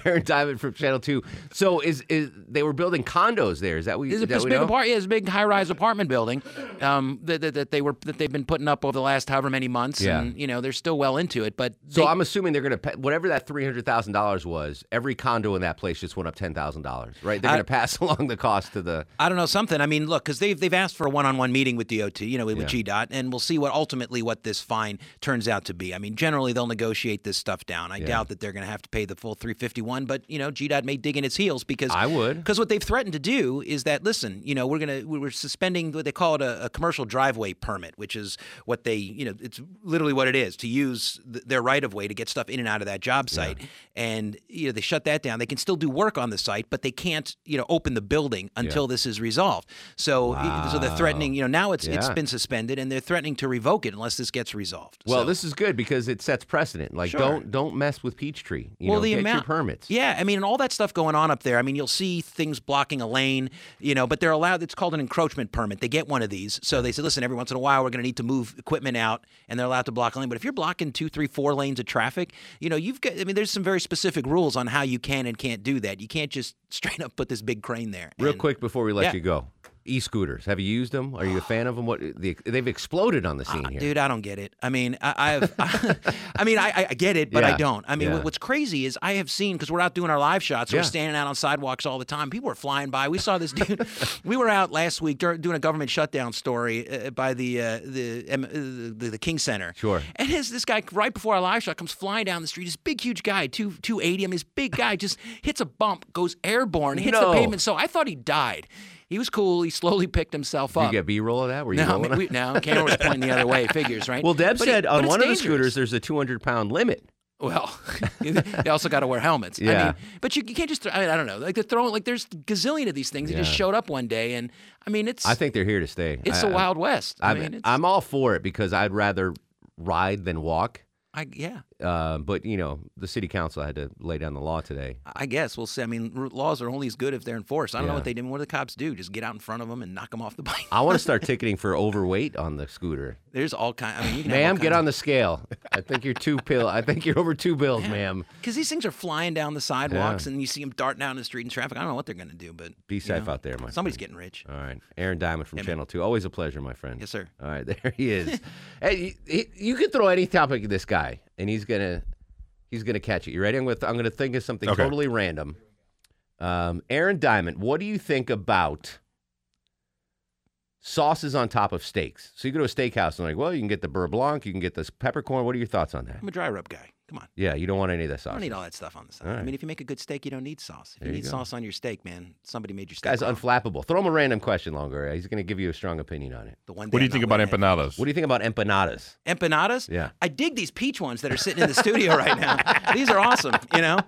Aaron Diamond from Channel Two. So is is they were building condos there? Is that we?
It's a
that
it's
we
big
know?
apart. Yeah, it's a big high-rise apartment building um, that, that, that they were that they've been putting up over the last however many months.
Yeah.
and you know they're still well into it. But
So I'm assuming they're going to whatever that three hundred thousand dollars was. Every condo in that place just went up ten thousand dollars, right? They're
I-
going to pass along the cost to the.
I don't know something. I mean, look, because they've they've asked for a one-on-one meeting with DOT, you know, with
Yeah.
GDOT, and we'll see what ultimately what this fine turns out to be. I mean, generally they'll negotiate this stuff down. I
Yeah.
doubt that they're going to have to pay the full 351, but you know, GDOT may dig in its heels because
I would.
because what they've threatened to do is that listen, you know, we're gonna we're suspending what they call it a, a commercial driveway permit, which is what they you know it's literally what it is to use th- their right of way to get stuff in and out of that job site, and you know they shut that down. They can still do work on the site, but they can't you know open the building until this is resolved. So i- so they're threatening you know now it's it's
Yeah.
been suspended and they're threatening to revoke it unless this gets resolved.
Well, this is good because it sets precedent. Like,
Sure.
don't don't mess with Peachtree. You know, get your permits.
Yeah, I mean, and all that stuff going on up there. I mean, you'll see things blocking a lane, you know, but they're allowed. It's called an encroachment permit. They get one of these, so they say, listen, every once in a while, we're going to need to move equipment out, and they're allowed to block a lane. But if you're blocking two, three, four lanes of traffic, you know, you've got. I mean, there's some very specific rules on how you can and can't do that. You can't just straight up put this big crane there.
Real quick before we let
Yeah.
you go, e-scooters. Have you used them? Are you a fan of them? What the, they've exploded on the scene here.
Uh, Dude, I don't get it. I mean, I, I've, I, mean, I- I, I get it, but I
Yeah,
don't. I mean,
yeah.
what, what's crazy is I have seen because we're out doing our live shots.
Yeah.
We're standing out on sidewalks all the time. People are flying by. We saw this dude. we were out last week dur- doing a government shutdown story uh, by the uh, the, M- uh, the the King Center.
Sure.
And his, this guy, right before our live shot, comes flying down the street. This big, huge guy, two, 280. I mean, this big guy just hits a bump, goes airborne, hits
No.
the pavement. So I thought he died. He was cool. He slowly picked himself
Did
up.
you get B-roll of that? Were you
No, I
rolling
mean, we, no, camera was pointing the other way. Figures, right?
Well, Deb
But it-
said
but
on
it's
one of the
dangerous.
scooters, there's a 200 pound limit.
Well, they also got to wear helmets. I
Yeah.
mean, but you, you can't just. Throw, I, mean, I don't know. Like they're throwing. Like there's gazillion of these things. They just
Yeah.
showed up one day, and I mean, it's.
I think they're here to stay.
it's
I-
the Wild West. I,
I'm,
mean, it's,
I'm all for it because I'd rather ride than walk.
I yeah.
Uh, but you know, the city council had to lay down the law today.
I guess we'll see. I mean, r- laws are only as good if they're enforced. I don't know
Yeah.
what they did. What do the cops do? Just get out in front of them and knock them off the bike.
I want to start ticketing for overweight on the scooter.
There's all kind. I mean, you can have all
Ma'am,
kinds
get on the scale. I think you're two pill. I think you're over two bills, ma'am.
Because these things are flying down the sidewalks, and you see them darting out in the street in traffic. I don't know what they're going to do, but
Be
you
safe
know,
out there, my
Somebody's
friend.
getting rich.
All right. Aaron Diamond from Channel 2. Always a pleasure, my friend. Yes,
sir.
All right. There he is. hey, you, he- you can throw any topic at this guy, and he's going to he's gonna catch it. You ready? I'm going to I'm gonna think of something
Okay.
totally random. Um, Aaron Diamond, what do you think about sauces on top of steaks? So you go to a steakhouse, and like, well, you can get the beurre blanc, you can get this peppercorn. What are your thoughts on that?
I'm a dry rub guy. Come on.
Yeah, you don't want any of that sauce.
I don't need all that stuff on the side.
All
I
right.
mean, if you make a good steak, you don't need sauce. If
There
you
you
need
go.
sauce on your steak, man, somebody made your steak.
Guy's
wrong.
unflappable. Throw him a random question, Longoria. He's going to give you a strong opinion on it.
The one
What do you think about empanadas?
What do you think about empanadas?
Empanadas?
Yeah.
I dig these peach ones that are sitting in the studio right now. These are awesome, you know?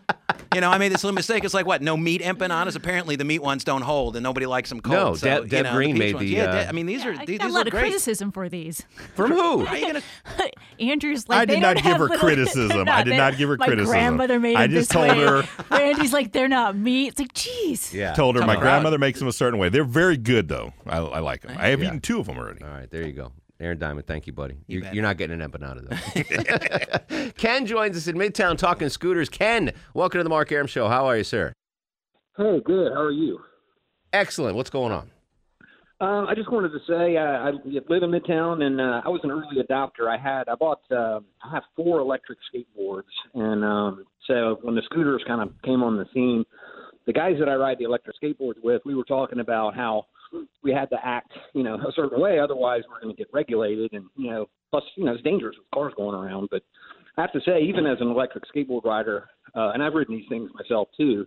You know, I made this little mistake. It's like, what, no meat empanadas? Apparently, the meat ones don't hold and nobody likes them cold.
No,
so,
Deb-
you
Deb
know,
Green
peach
made
ones.
the,
Yeah,
uh,
De- I mean, these are,
I
these,
got a
these
lot
are
of
great.
criticism for these.
From who?
How you gonna-
Andrew's like
I
they
did
don't
not give
have
her
little-
criticism.
they're
I did
they-
not give her
my
criticism.
My grandmother made
I
it
just
this
told
way.
her-
Randy's like they're not meat. It's like jeez.
Yeah.
Told her
Come
my
on.
grandmother makes them a certain way. They're very good though. I, I like them. I have
Yeah.
eaten two of them already.
All right, there you go. Aaron Diamond, thank you, buddy.
You
You are
bet.
you're not getting an empanada, though. Ken joins us in Midtown talking scooters. Ken, welcome to the Mark Aram Show. How are you, sir?
Hey, good. How are you?
Excellent. What's going on?
Um, I just wanted to say uh, I live in Midtown, and uh, I was an early adopter. I had I bought uh, I have four electric skateboards, and um, so when the scooters kind of came on the scene, the guys that I ride the electric skateboards with, we were talking about how we had to act, you know, a certain way, otherwise we're going to get regulated, and you know, plus you know it's dangerous with cars going around. But I have to say, even as an electric skateboard rider, uh, and I've ridden these things myself too,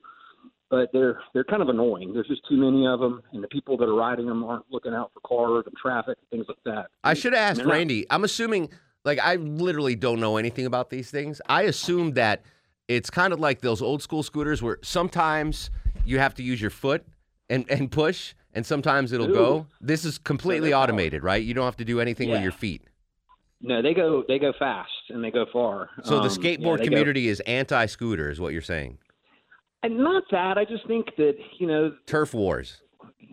but they're they're kind of annoying. There's just too many of them, and the people that are riding them aren't looking out for cars and traffic and things like that.
I should have asked
Mm. They're not-
Randy. I'm assuming, like, I literally don't know anything about these things. I assume that it's kind of like those old school scooters where sometimes you have to use your foot and, and push, and sometimes it'll go.
Ooh.
This is completely automated, right? You don't have to do anything with
Yeah.
your feet.
No, they go they go fast and they go far.
So the
Um, yeah,
skateboard
they go-
community is anti scooter, is what you're saying.
and not that. I just think that you know
Turf wars.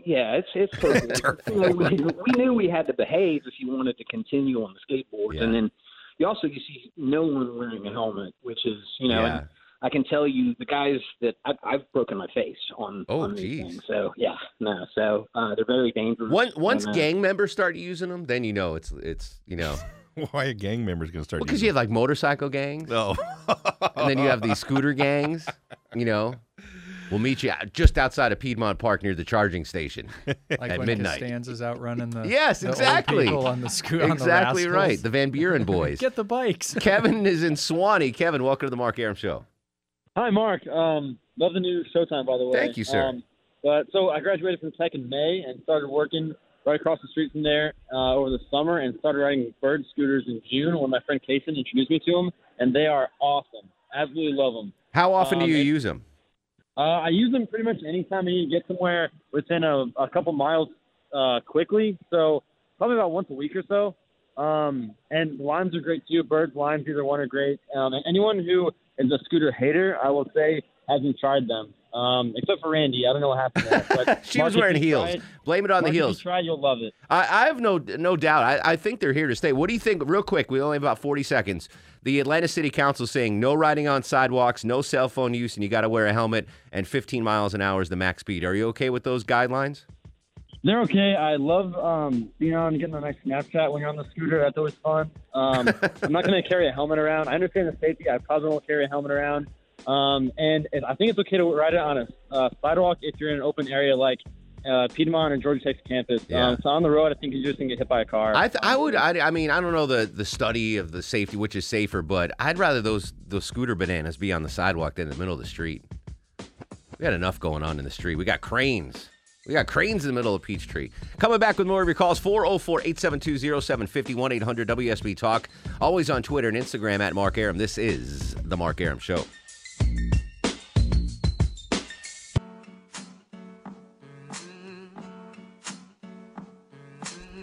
Yeah, it's it's perfect. You know, we, we knew we had to behave if you wanted to continue on the skateboard, and then you also you see no one wearing a helmet, which is you know.
Yeah.
And, I can tell you the guys that I've, I've broken my face on.
Oh,
on these
jeez.
things. So yeah, no. So uh, they're very dangerous.
Once, once
And, uh,
gang members start using them, then you know it's it's you know
Why are gang members going to start? Oh.
because you have like motorcycle gangs.
No.
and then you have these scooter gangs. You know, We'll meet you out- just outside of Piedmont Park near the charging station
Like
at
when
midnight.
Costanza's out running the
Yes,
the old
exactly.
people on the scoot.
exactly right. The Van Buren boys.
Get the bikes.
Kevin is in Swanee. Kevin, welcome to the Mark Aram Show.
Hi, Mark. Um, love the new Showtime, by the way.
Thank you, sir.
Um, but so I graduated from Tech in May and started working right across the street from there uh, over the summer and started riding bird scooters in June when my friend Kason introduced me to them, and they are awesome. Absolutely love Um, them.
How often do you use them?
Uh, I use them pretty much anytime I need to get somewhere within a, a couple miles uh, quickly. So probably about once a week or so. Um, and limes are great too. Birds, limes, either one are great. Um, and anyone who is a scooter hater, I will say, hasn't tried them. Um, except for Randy, I don't know what happened. There, but
She was
Mark, if
wearing
you try
heels.
it-
Blame it on the
Mark, if
heels.
You try, you'll love it.
I, I have no no doubt. I, I think they're here to stay. What do you think? Real quick, we only have about 40 seconds. The Atlanta City Council saying no riding on sidewalks, no cell phone use, and you got to wear a helmet, and 15 miles an hour is the max speed. Are you okay with those guidelines?
They're okay. I love um, being on getting the nice Snapchat when you're on the scooter. That's always fun. Um, I'm not going to carry a helmet around. I understand the safety. I probably won't carry a helmet around. Um, and it, I think it's okay to ride it on a uh, sidewalk if you're in an open area like uh, Piedmont or Georgia Tech's campus.
Yeah.
Um, so on the road, I think you're just going to get hit by a car.
I, th- I would. I, I mean, I don't know the, the study of the safety, which is safer, but I'd rather those those scooter bananas be on the sidewalk than in the middle of the street. We got enough going on in the street. We got cranes. We got cranes in the middle of Peachtree. Coming back with more of your calls 404 872 0750 800 WSB Talk. Always on Twitter and Instagram at Mark Aram. This is The Mark Aram Show.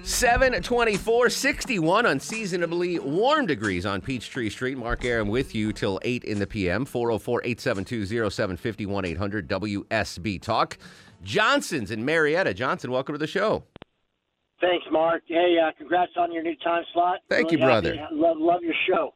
Seven twenty-four, sixty-one, unseasonably warm degrees on Peachtree Street. Mark Aaron with you till 8 in the PM, 404-872-0750 800 WSB Talk. Johnson's in Marietta. Johnson, welcome to the show.
Thanks, Mark. Hey, uh, congrats on your new time slot.
Thank you,
happy.
brother.
Love, love your show.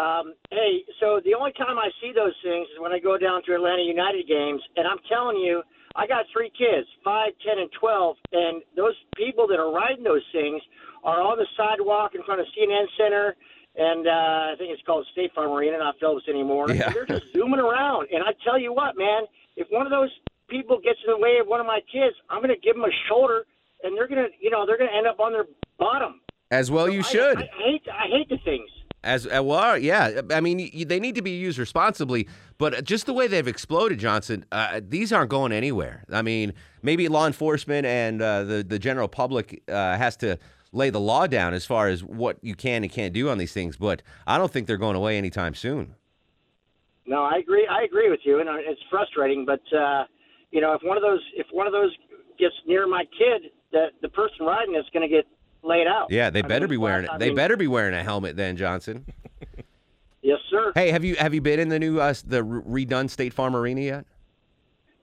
Um, hey, so the only time I see those things is when I go down to Atlanta United games, and I'm telling you, I got three kids, five, ten, and twelve, and those people that are riding those things are on the sidewalk in front of CNN Center, and uh, I think it's called State Farm Arena, not Phillips anymore.
Yeah.
They're just zooming around, and I tell you what, man, if one of those people gets in the way of one of my kids, I'm going to give them a shoulder, and they're going to, you know, they're going to end up on their bottom.
As well you
I,
should.
I hate, I hate the things.
As uh, well, yeah. I mean, y- they need to be used responsibly, but uh, just the way they've exploded, Johnson, uh, these aren't going anywhere. I mean, maybe law enforcement and uh, the the general public uh, has to lay the law down as far as what you can and can't do on these things, but I don't think they're going away anytime soon.
No, I agree. I agree with you, and uh, it's frustrating. But uh, you know, if one of those if one of those gets near my kid, that the person riding it's going to get laid out.
Yeah, they
I
better
mean,
be wearing it.
I
They
mean-
better be wearing a helmet then, Johnson.
Yes, sir.
Hey, have you have you been in the new uh, s- the re- redone State Farm Arena yet?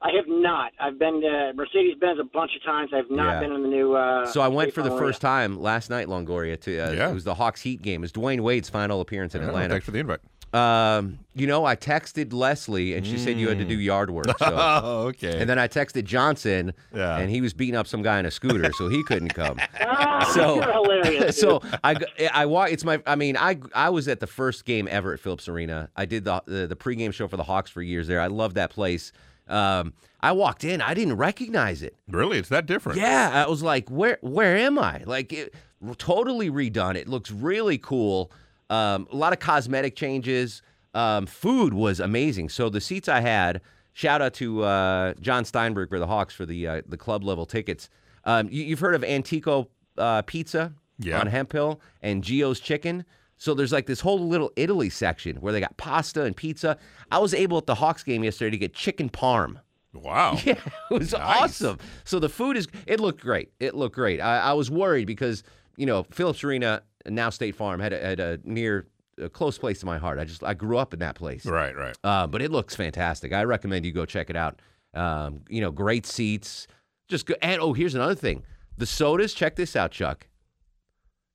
I have not. I've been to Mercedes Benz a bunch of times. I've not
Yeah.
been in the new. Uh,
So I went for the
Daytona
first time last night, Longoria. To uh, it was the Hawks Heat game. It was Dwayne Wade's final appearance in
Yeah,
Atlanta.
thanks for the invite.
Um, you know, I texted Leslie and she said you had to do yard work. So.
Mm. Oh, okay.
And then I texted Johnson, and he was beating up some guy in a scooter, so he couldn't come.
Arena. Oh,
so
you're hilarious.
so
dude.
I g- I wa- It's my. I mean, I I was at the first game ever at Phillips Arena. I did the the, the pregame show for the Hawks for years there. I loved that place. Um, I walked in, I didn't recognize it.
Really, it's that different.
Yeah, I was like, where where am I? Like, it, totally redone. It looks really cool. Um, a lot of cosmetic changes. Um, food was amazing. So the seats I had. Shout out to uh, John Steinberg for the Hawks for the uh, the club level tickets. Um, you, you've heard of Antico uh, Pizza
Yeah.
on Hemp Hill and Gio's Chicken. So there's like this whole little Italy section where they got pasta and pizza. I was able at the Hawks game yesterday to get chicken parm.
Wow.
Yeah, it was awesome. So the food is, it looked great. It looked great. I, I was worried because, you know, Phillips Arena, now State Farm, had a, had a near, a close place to my heart. I just, I grew up in that place.
Right, right.
Uh, but it looks fantastic. I recommend you go check it out. Um, you know, great seats. Just go. And oh, here's another thing the sodas, check this out, Chuck.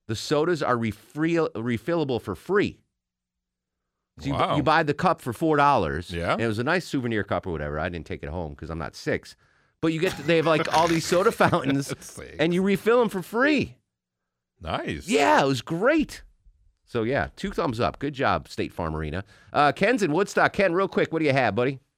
The sodas are refreel, refillable for free. So you, bu-
Wow.
you buy the cup for four dollars. Yeah, and it was a nice souvenir cup or whatever. I didn't take it home because I'm not six. But you get they have like all these soda fountains, and you refill them for free.
Nice.
Yeah, it was great. So yeah, two thumbs up. Good job, State Farm Arena. Uh, Ken's in Woodstock. Ken, real quick, what do you have, buddy?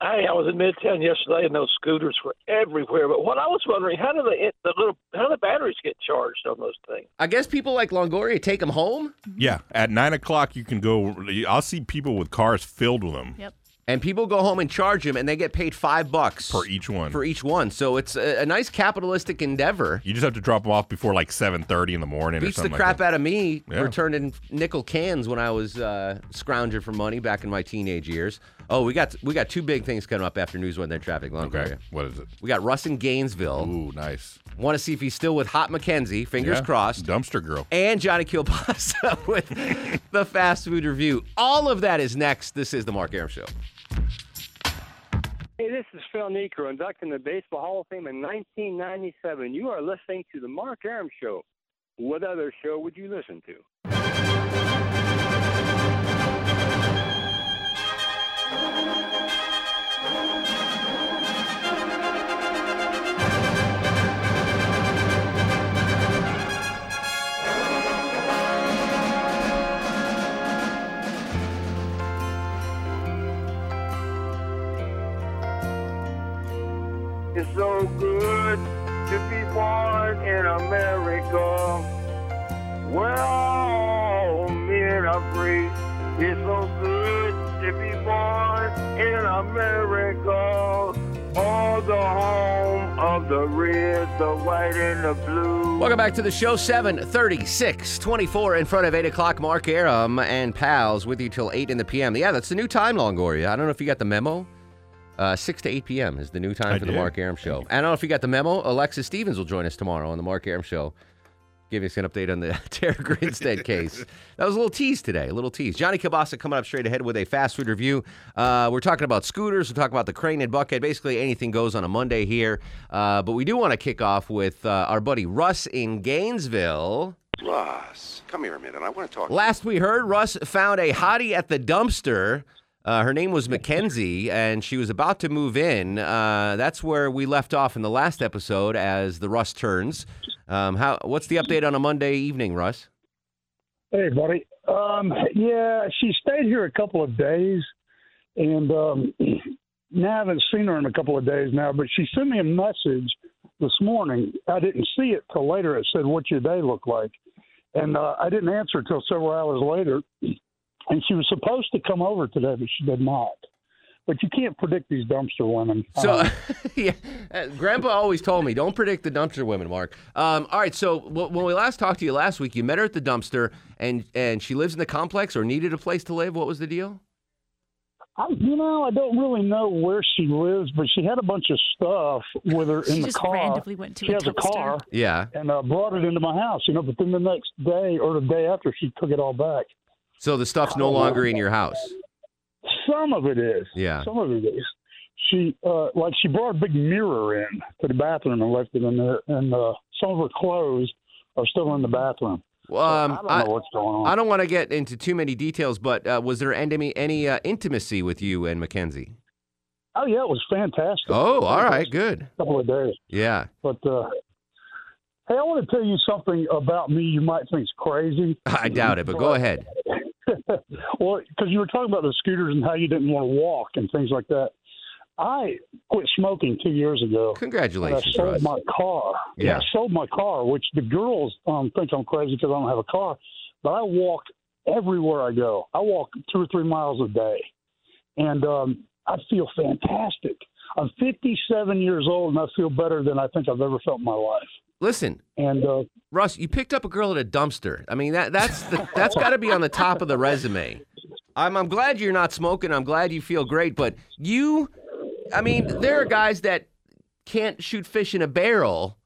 Hey, I was in Midtown yesterday, and those scooters were everywhere. But what I was wondering, how do the the little how do the batteries get charged on those things?
I guess people like Longoria take them home.
Yeah, at nine o'clock you can go. I'll see people with cars filled with them.
Yep. And people go home and charge them, and they get paid five bucks for
each one.
For each one, so it's a, a nice capitalistic endeavor.
You just have to drop them off before like seven thirty in the morning
Beats
or
the
something.
crap
like
out of me
Yeah.
returning nickel cans when I was uh, scrounging for money back in my teenage years. Oh, we got we got two big things coming up after news one. Then traffic. Longoria.
Okay, what is it?
We got Russ in Gainesville. Ooh,
nice.
Want to see if he's still with Hot McKenzie?
that.
Fingers
Yeah,
crossed.
Dumpster girl.
And Johnny Kilpasta with the fast food review. All of that is next. This is the Mark Aram Show.
Hey, this is Phil Negro, inducted in the Baseball Hall of Fame in 1997. You are listening to The Mark Aram Show. What other show would you listen to? It's so good to be born in America. Where all men are free. It's so good to be born in America. All the home of the red, the white, and the blue.
Welcome back to the show. 736, 24 in front of 8 o'clock. Mark Aram and pals with you till 8 in the p.m. Yeah, that's the new time, Longoria. I don't know if you got the memo. Uh, 6 to 8 p.m. is the new time
I
for the
did.
Mark Aram Show. I don't know if you got the memo. Alexis Stevens will join us tomorrow on the Mark Aram Show. Give us an update on the Tara Grinstead case. That was a little tease today, a little tease. Johnny Cabasa coming up straight ahead with a fast food review. Uh, we're talking about scooters. We're talking about the crane and bucket. Basically, anything goes on a Monday here. Uh, but we do want to kick off with uh, our buddy Russ in Gainesville.
Ross, come here a minute. I want to talk.
Last we heard, Russ found a hottie at the dumpster. Uh, her name was Mackenzie, and she was about to move in. Uh, that's where we left off in the last episode as the Russ turns. Um, how? What's the update on a Monday evening, Russ?
Hey, buddy. Um, yeah, she stayed here a couple of days, and um, now I haven't seen her in a couple of days now. But she sent me a message this morning. I didn't see it till later. It said, "What's your day look like?" And uh, I didn't answer till several hours later. And she was supposed to come over today, but she did not. But you can't predict these dumpster women.
Uh-huh.
So, yeah, uh, Grandpa always told me, don't predict the dumpster women, Mark. Um, all right, so w- when we last talked to you last week, you met her at the dumpster, and and she lives in the complex or needed a place to live. What was the deal?
I, you know, I don't really know where she lives, but she had a bunch of stuff with her in
She
the
just
car.
randomly went to
she
a
has
dumpster.
a car
Yeah.
and uh, brought it into my house, you know. But then the next day or the day after, she took it all back.
So the stuff's no longer in your house.
Some of it is.
Yeah.
Some of it is. She uh, like she brought a big mirror in to the bathroom and left it in there, and uh, some of her clothes are still in the bathroom.
Well, um,
I don't know what's going on.
I don't want to get into too many details, but uh, was there any any uh, intimacy with you and Mackenzie?
Oh yeah, it was fantastic.
Oh, all right, good.
Couple of days.
Yeah.
But uh, hey, I want to tell you something about me. You might think's crazy.
I doubt it, but go ahead.
well, because you were talking about the scooters and how you didn't want to walk and things like that. I quit smoking two years ago.
Congratulations,
And I sold
Russ.
my car.
Yeah.
I sold my car, which the girls um, think I'm crazy because I don't have a car. But I walk everywhere I go. I walk two or three miles a day, and um, I feel fantastic. I'm 57 years old, and I feel better than I think I've ever felt in my life.
Listen,
and uh,
Russ, you picked up a girl at a dumpster. I mean, that that's the, that's got to be on the top of the resume. I'm I'm glad you're not smoking. I'm glad you feel great, but you, I mean, there are guys that can't shoot fish in a barrel,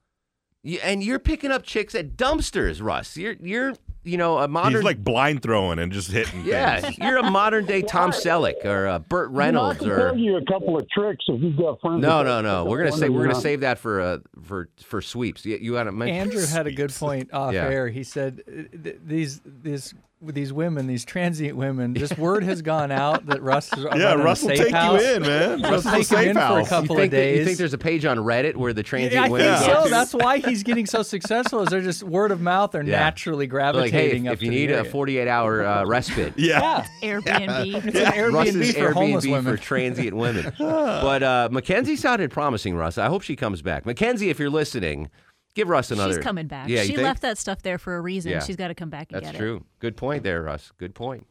y- and you're picking up chicks at dumpsters, Russ. You're you're you know a modern
He's like blind throwing and just hitting.
Yeah,
things.
you're a modern day Tom Selleck or uh, Burt Reynolds
I can
or
tell you a couple of tricks if you've got friends.
no,
that-
no, no.
that
We're gonna
want
say
to
we're gonna
not-
save that for uh, for for sweeps. You, you gotta mention
Andrew had a good point off
Yeah.
air. He said uh, th- these these with these women, these transient women, this word has gone out that Russ is
Yeah,
running a
Russ will
safe
take you
house.
in, man.
Russ
Russ
will
is
take
a
him in
safe
for a
house.
couple
you think
of
that-
days.
you think there's a page on Reddit where the transient
I
women
think
go
so.
to?
That's why he's getting so successful. Is they're just word of mouth. They're
Yeah.
naturally
They're like, hey,
gravitating
if,
up
if you
to the
need a
area.
48 hour uh, respite,
Yeah.
Airbnb.
It's an Airbnb
Russ's
for
Airbnb
homeless
for
women.
transient women. but uh, Mackenzie sounded promising, Russ. I hope she comes back. Mackenzie, if you're listening, give Russ another.
She's coming back.
Yeah, you
she
think?
left that stuff there for a reason.
Yeah.
She's got to come back and
That's
get
true. Good point there, Russ. Good point.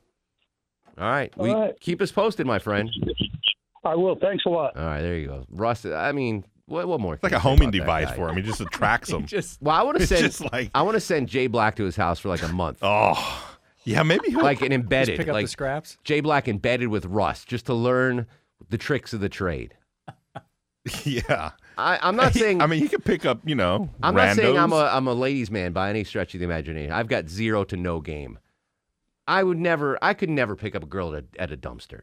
All right. we,
All right.
Keep us posted, my friend.
I will. Thanks a lot.
All right. There you go. Russ, I mean, what, what more? It's
like a homing device for him. He just attracts him.
well, I want to
It's
send.
just like-
I want to send Jay Black to his house for like a month.
Oh, yeah, maybe he'll-
like an
Just
embedded,
pick up the
like
scraps.
Jay Black embedded with Rust just to learn the tricks of the trade.
yeah.
I, I'm not saying.
I mean, he could pick up, you know,
I'm not saying I'm a
randos.
I'm a ladies man by any stretch of the imagination. I've got zero to no game. I would never. I could never pick up a girl at, a- at a dumpster.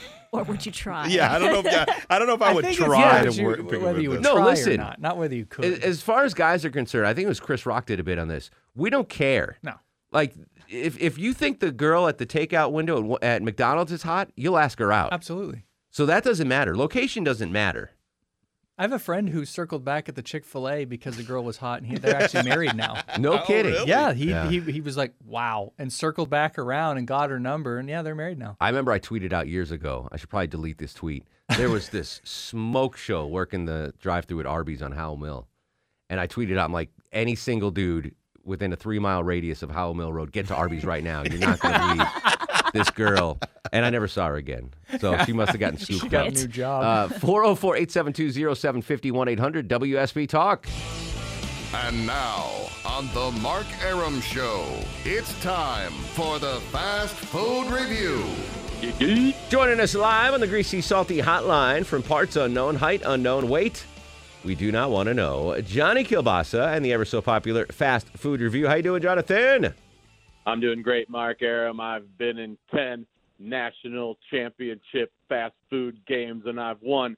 it. Or would you try?
Yeah, I don't know. If, I, I don't know if I, would
think it's
try
whether
to
you-
work. pick him
whether
up
you
with
would
this.
No,
try or
listen.
not, not whether you could.
As, as far as guys are concerned, I think it was Chris Rock did a bit on this. We don't care.
No.
Like if if you think the girl at the takeout window at, at McDonald's is hot, you'll ask her out.
Absolutely.
So that doesn't matter. Location doesn't matter.
I have a friend who circled back at the Chick Fil A because the girl was hot, and he, they're actually married now.
No Oh, kidding. really?
Yeah, he,
Yeah.
he he was like, "Wow," and circled back around and got her number, and yeah, they're married now.
I remember I tweeted out years ago. I should probably delete this tweet. There was this smoke show working the drive-through at Arby's on Howell Mill, and I tweeted out, "I'm like any single dude within a three-mile radius of Howell Mill Road, get to Arby's right now. You're not going to leave this girl." And I never saw her again. So she must have gotten
She
scooped
got a
up. Uh,
new job.
404 872 0750 800 WSB Talk.
And now, on the Mark Aram Show, it's time for the Fast Food Review.
Joining us live on the Greasy Salty Hotline from parts unknown, height unknown, weight we do not want to know. Johnny Kilbasa and the ever so popular Fast Food Review. How you doing, Jonathan?
I'm doing great, Mark Aram. I've been in 10 national championship fast food games, and I've won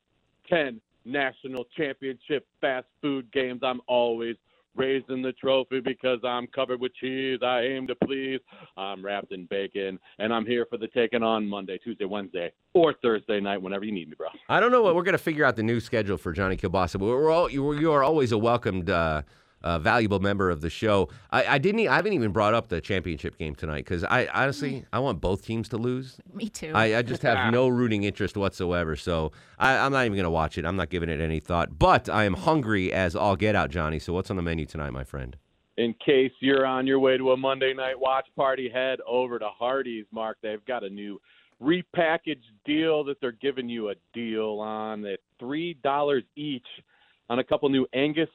10 national championship fast food games. I'm always raising the trophy because I'm covered with cheese. I aim to please. I'm wrapped in bacon, and I'm here for the taking on Monday, Tuesday, Wednesday, or Thursday night whenever you need me, bro.
I don't know what we're going to figure out the new schedule for Johnny Kilbasa, but we're all, you, you are always a welcomed, uh, uh, valuable member of the show. I, I didn't. e- I haven't even brought up the championship game tonight because I honestly I want both teams to lose.
Me too.
I, I just have no rooting interest whatsoever. So I, I'm not even going to watch it. I'm not giving it any thought. But I am hungry as all get out, Johnny. So what's on the menu tonight, my friend?
in case you're on your way to a Monday night watch party, head over to Hardee's, Mark. They've got a new repackaged deal that they're giving you a deal on at three dollars each on a couple new Angus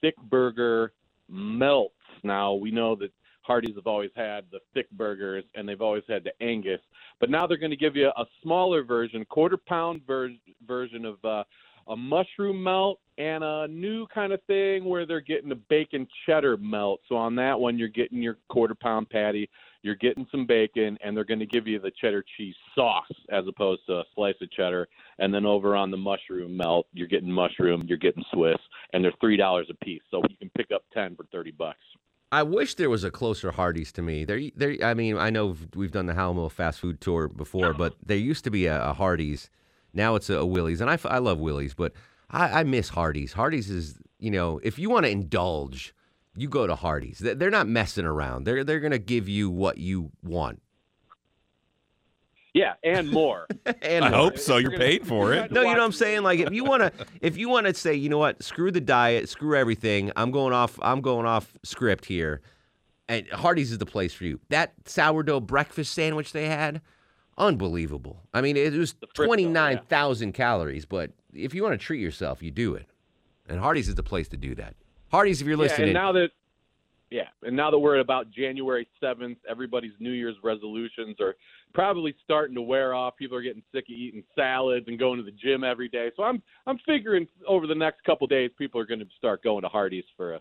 thick burger melts. Now we know that Hardee's have always had the thick burgers and they've always had the Angus, but now they're going to give you a smaller version, quarter pound ver- version of uh, a mushroom melt and a new kind of thing where they're getting the bacon cheddar melt. So on that one, you're getting your quarter pound patty, you're getting some bacon, and they're going to give you the cheddar cheese sauce as opposed to a slice of cheddar. And then over on the mushroom melt, you're getting mushroom, you're getting Swiss, and they're three dollars a piece. So you can pick up ten for thirty bucks.
I wish there was a closer Hardee's to me. There, there. I mean, I know we've done the Halmo fast food tour before, but there used to be a, a Hardee's. Now it's a, a Willie's, and I, f- I love Willie's, but I, I miss Hardee's. Hardee's is, you know, if you want to indulge, you go to Hardee's. They- They're not messing around. They're they're gonna give you what you want.
Yeah, and more.
and
I
more.
hope so. You're paid for it.
No, you know what I'm saying. Like if you want to, if you want to say, you know what, screw the diet, screw everything. I'm going off. I'm going off script here. And Hardee's is the place for you. That sourdough breakfast sandwich they had, unbelievable. I mean, it was twenty nine thousand calories, but if you want to treat yourself, you do it. And Hardee's is the place to do that. Hardee's, if you're
Yeah,
listening,
and now that yeah, and now that we're at about January seventh, everybody's New Year's resolutions are probably starting to wear off. People are getting sick of eating salads and going to the gym every day. So I'm I'm figuring over the next couple days, people are going to start going to Hardee's for a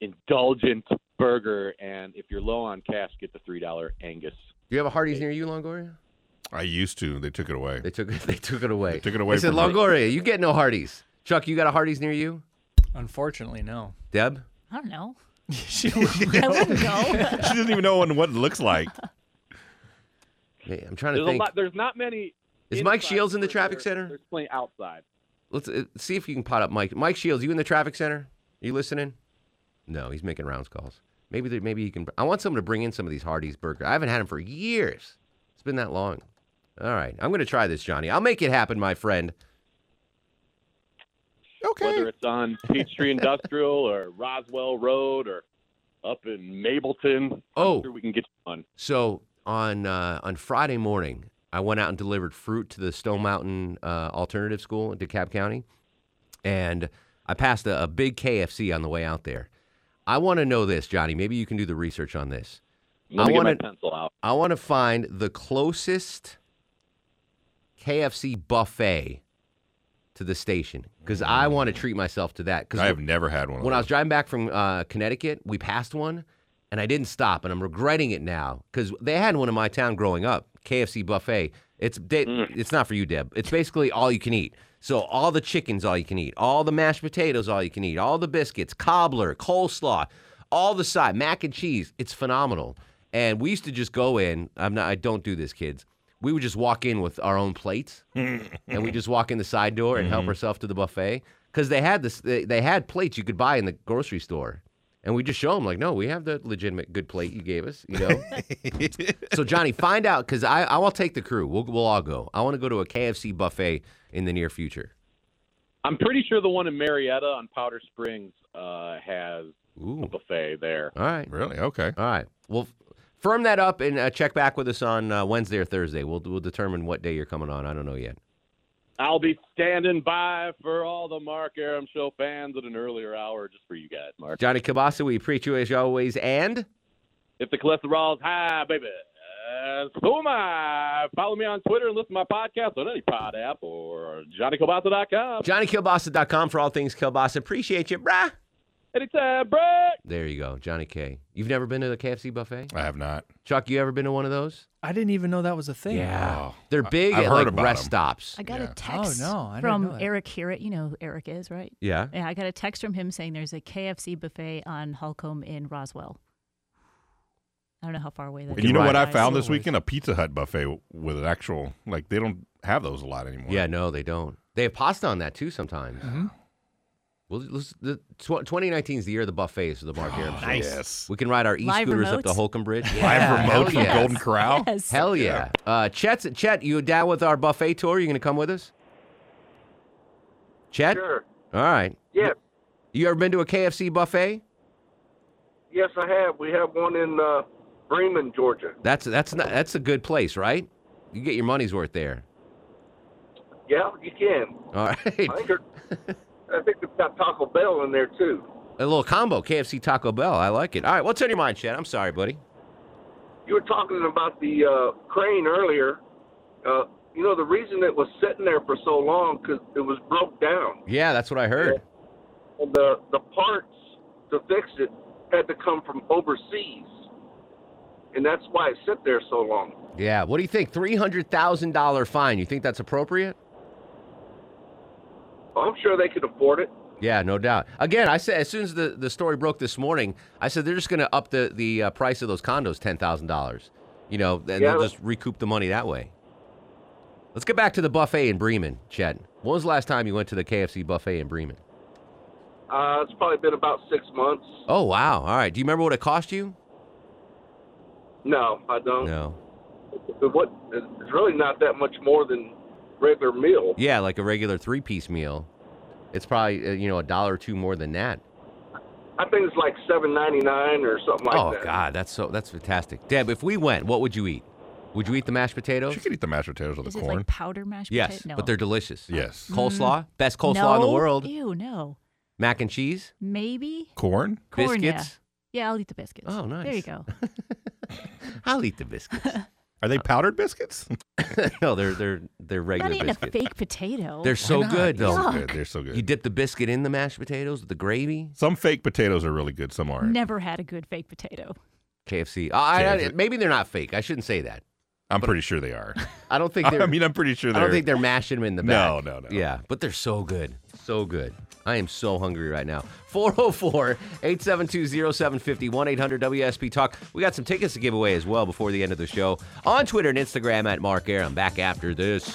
indulgent burger. And if you're low on cash, get the three dollar Angus.
do you have a Hardee's near you, Longoria?
I used to. They took it away. They
took. They took it away. They
took it away.
I said,
from me.
Longoria, you get no Hardee's. Chuck, you got a Hardee's near you?
Unfortunately, no.
Deb,
I don't know.
she
wouldn't
she doesn't even know what what it looks like.
Hey, I'm trying to
There's, a
think.
lot, there's not many.
Is Mike
inside
Shields in the
tours.
traffic
There-
center?
There's plenty outside.
Let's uh, see if you can pot up Mike. Mike Shields, you in the traffic center? you listening? No, he's making rounds calls. Maybe there, maybe he can. I want someone to bring in some of these Hardee's burgers. I haven't had them for years. It's been that long. All right, I'm going to try this, Johnny. I'll make it happen, my friend.
Whether it's on Peachtree Industrial or Roswell Road or up in Mableton.
Oh.
I'm sure we can get you on.
So on uh, on Friday morning, I went out and delivered fruit to the Stone Mountain uh, Alternative School in DeKalb County, and I passed a, a big KFC on the way out there. I want to know this, Johnny. Maybe you can do the research on this.
Let me
I
get my
wanna-
pencil out.
I want to find the closest KFC buffet to the station because I want to treat myself to that. Because
Mm. I have never had one. of
when I
those.
was driving back from uh, Connecticut, we passed one, and I didn't stop, and I'm regretting it now because they had one in my town growing up, KFC buffet. It's de-
Mm.
it's not for you, Deb. It's basically all you can eat. So all the chickens, all you can eat. All the mashed potatoes, all you can eat. All the biscuits, cobbler, coleslaw, all the side mac and cheese. It's phenomenal. And we used to just go in. I'm not. I don't do this, kids. We would just walk in with our own plates, and we just walk in the side door and help
Mm-hmm.
ourselves to the buffet because they had this they, they had plates you could buy in the grocery store and we just show them like no we have the legitimate good plate you gave us you know so johnny find out because I, I will take the crew we'll, we'll all go i want to go to a kfc buffet in the near future
I'm pretty sure the one in Marietta on Powder Springs uh, has
a
buffet there.
all right
really okay
all right well f- firm that up and uh, check back with us on uh, wednesday or thursday we'll, we'll determine what day you're coming on i don't know yet
I'll be standing by for all the Mark Aram Show fans at an earlier hour just for you guys, Mark.
johnny kabasa we appreciate you as always and
If the cholesterol's high, baby, uh, so am I. Follow me on Twitter and listen to my podcast on any pod app or JohnnyKilbasa.com.
johnnykilbasa.com for all things kilbasa appreciate you bruh
Anytime, Brett.
there you go johnny k you've never been to the kfc buffet
I have not.
chuck you ever been to one of those
I didn't even know that was a thing.
Yeah, they're big
I've
at
heard
like
about
rest
'em.
stops.
I got a text
no, I didn't know
from
that.
Eric Hewitt. You know who Eric is, right?
Yeah.
Yeah, I got a text from him saying there's a KFC buffet on Holcomb in Roswell. I don't know how far away that is.
And you know what I found this weekend? A Pizza Hut buffet w- with an actual like they don't have those a lot anymore.
Yeah, no, they don't. They have pasta on that too sometimes.
Mm-hmm.
Well, let's, the tw- 2019 is the year of the buffets for the Mark Aram Show.
nice. Oh, Yes.
We can ride our e
Live
scooters up
remotes?
to Holcomb Bridge.
Live
Hell
remote from
yes.
Golden Corral? Yes.
Hell yeah. Uh, Chet's, Chet, you down with our buffet tour? You going to come with us? Chet?
Sure.
All right.
Yeah.
You ever been to a KFC buffet?
Yes, I have. We have one in uh, Bremen, Georgia.
That's that's not, that's a good place, right? You get your money's worth there.
Yeah, you can.
All right.
I think, they're- I think they've got Taco Bell in there too.
A little combo, KFC Taco Bell. I like it. All right, what's on your mind, Chad? I'm sorry, buddy.
You were talking about the uh, crane earlier. Uh, you know the reason it was sitting there for so long because it was broke down,
Yeah, that's what I heard.
and the the parts to fix it had to come from overseas, and that's why it sit there so long.
Yeah, what do you think? Three hundred thousand dollar fine. You think that's appropriate?
I'm sure they could afford it.
Yeah, no doubt. Again, I said as soon as the, the story broke this morning, I said they're just going to up the the uh, price of those condos ten thousand dollars. You know, and
Yeah.
they'll just recoup the money that way. Let's get back to the buffet in Bremen, Chet. When was the last time you went to the KFC buffet in Bremen?
Uh, it's probably been about six months.
Oh wow! All right. Do you remember what it cost you?
No, I don't.
No.
But what? It's really not that much more than regular meal.
Yeah, like a regular three piece meal. It's probably uh, you know a dollar or two more than that.
I think it's like seven ninety nine or something like
oh
that.
God, that's so that's fantastic, Deb. If we went, what would you eat? Would you eat the mashed potatoes? You
could eat the mashed potatoes with
Is it like powder mashed
yes,
potato? No.
but they're delicious.
Yes.
coleslaw,
Mm.
best coleslaw in the
No?
world.
Ew, no.
Mac and cheese,
Maybe.
corn,
Corn, yeah.
biscuits.
Yeah, I'll eat the biscuits.
Oh,
There you
nice.
go.
I'll eat the biscuits.
Are they powdered biscuits?
no, they're they're they're regular
Not eating
biscuits.
a fake potato.
They're so good though.
Yuck.
so good.
You dip the biscuit in the mashed potatoes with the gravy.
Some fake potatoes are really good. Some aren't.
Never had a good fake potato.
KFC. I, I-
KFC.
maybe they're not fake. I shouldn't say that.
I'm pretty sure they are.
I don't think they're.
I mean, I'm pretty sure
I don't
they're-
think they're mashing them in the
No,
back.
no, no.
Yeah, but they're so good. So good. I am so hungry right now. 404 872 0750 1 800 WSB Talk. We got some tickets to give away as well before the end of the show on Twitter and Instagram at Mark Aram. Back after this.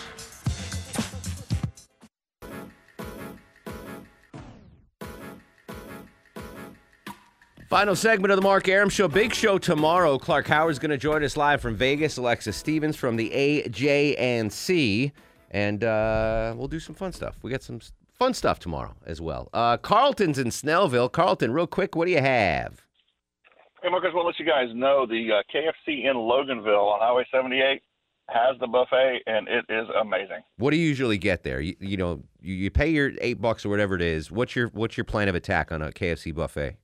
Final segment of the Mark Aram Show. Big show tomorrow. Clark Howard's going to join us live from Vegas. Alexis Stevens from the AJ and C, and uh, we'll do some fun stuff. We got some s- fun stuff tomorrow as well. Uh, Carlton's in Snellville. Carlton, real quick, what do you have?
Hey, Mark, I just want to let you guys know the uh, KFC in Loganville on Highway 78 has the buffet, and it is amazing.
What do you usually get there? You, you know, you, you pay your eight bucks or whatever it is. What's your what's your plan of attack on a KFC buffet?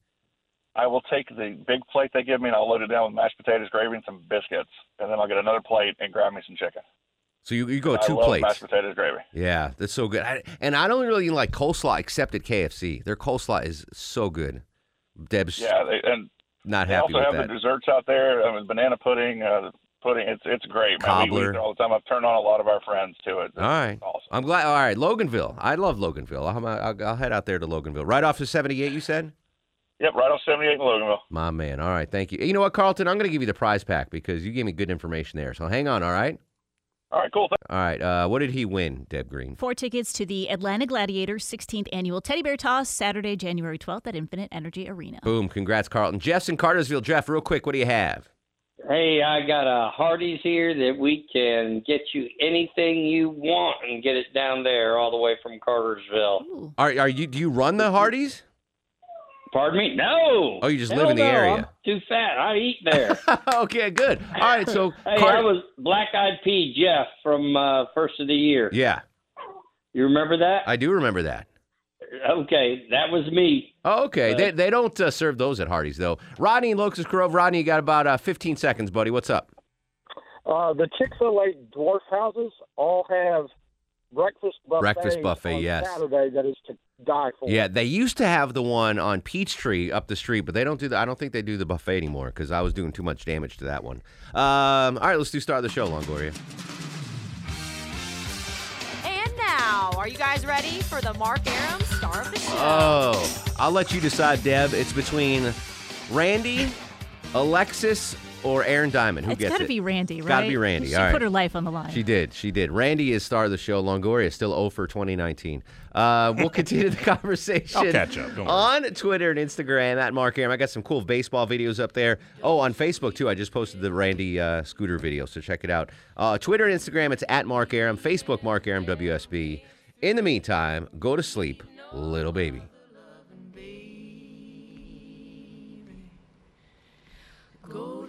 I will take the big plate they give me, and I'll load it down with mashed potatoes, gravy, and some biscuits, and then I'll get another plate and grab me some chicken.
So you, you go
I
two
love
plates.
mashed potatoes, gravy.
Yeah, that's so good. I, and I don't really like coleslaw except at KFC. Their coleslaw is so good. Deb's
Yeah, they, and
not
they
happy
also have
with that.
the desserts out there. I mean, banana pudding, uh, pudding. It's it's great, man. We, we
Cobbler.
eat it all the time. I've turned on a lot of our friends to it.
All right. I'm glad. All right, Loganville. I love Loganville. I'll, I'll, I'll head out there to Loganville. Right off of 78, you said?
Yep, right off 78 in Loganville.
My man. All right, thank you. You know what, Carlton? I'm going to give you the prize pack because you gave me good information there. So hang on, all right?
All right, cool.
All right. Uh, what did he win, Deb Green?
Four tickets to the Atlanta Gladiators 16th Annual Teddy Bear Toss, Saturday, January 12th at Infinite Energy Arena.
Boom. Congrats, Carlton. Jeff's in Cartersville. Jeff, real quick, what do you have?
Hey, I got a Hardee's here that we can get you anything you want and get it down there all the way from Cartersville.
Are, are you? Do you run the Hardys?
Pardon me? No.
Oh, you just
Hell
live in the
no,
area.
I'm too fat. I eat there.
okay, good. All right, so
hey, I was Black Eyed Pea Jeff from uh, first of the year.
Yeah.
You remember that?
I do remember that.
Okay, that was me.
Oh, okay.
Uh,
they, they don't uh, serve those at Hardee's, though. Rodney in Locust Grove. Rodney, you got about uh, 15 seconds, buddy. What's up?
Uh, the Chick Fil A dwarf houses all have breakfast buffet.
Breakfast buffet,
on
yes.
Saturday that is to die for.
Yeah, they used to have the one on Peachtree up the street, but they don't do the I don't think they do the buffet anymore because I was doing too much damage to that one. Um, all right, let's do start of the show, Longoria.
And now, are you guys ready for the Mark Aram Star of the Show?
Oh, I'll let you decide, Deb. It's between Randy, Alexis, or Aaron Diamond. Who
it's
gets
got to
it?
be Randy, right?
Gotta be Randy.
She
All right.
put her life on the line.
She did. She did. Randy is star of the show. Longoria is still 0 for 2019. Uh, we'll continue the conversation
I'll catch up. Don't worry.
on Twitter and Instagram at Mark Aram. I got some cool baseball videos up there. Oh, on Facebook too. I just posted the Randy uh, scooter video, so check it out. Uh, Twitter and Instagram, it's at Mark Aram. Facebook, Mark Aram WSB. In the meantime, go to sleep, little baby.
Go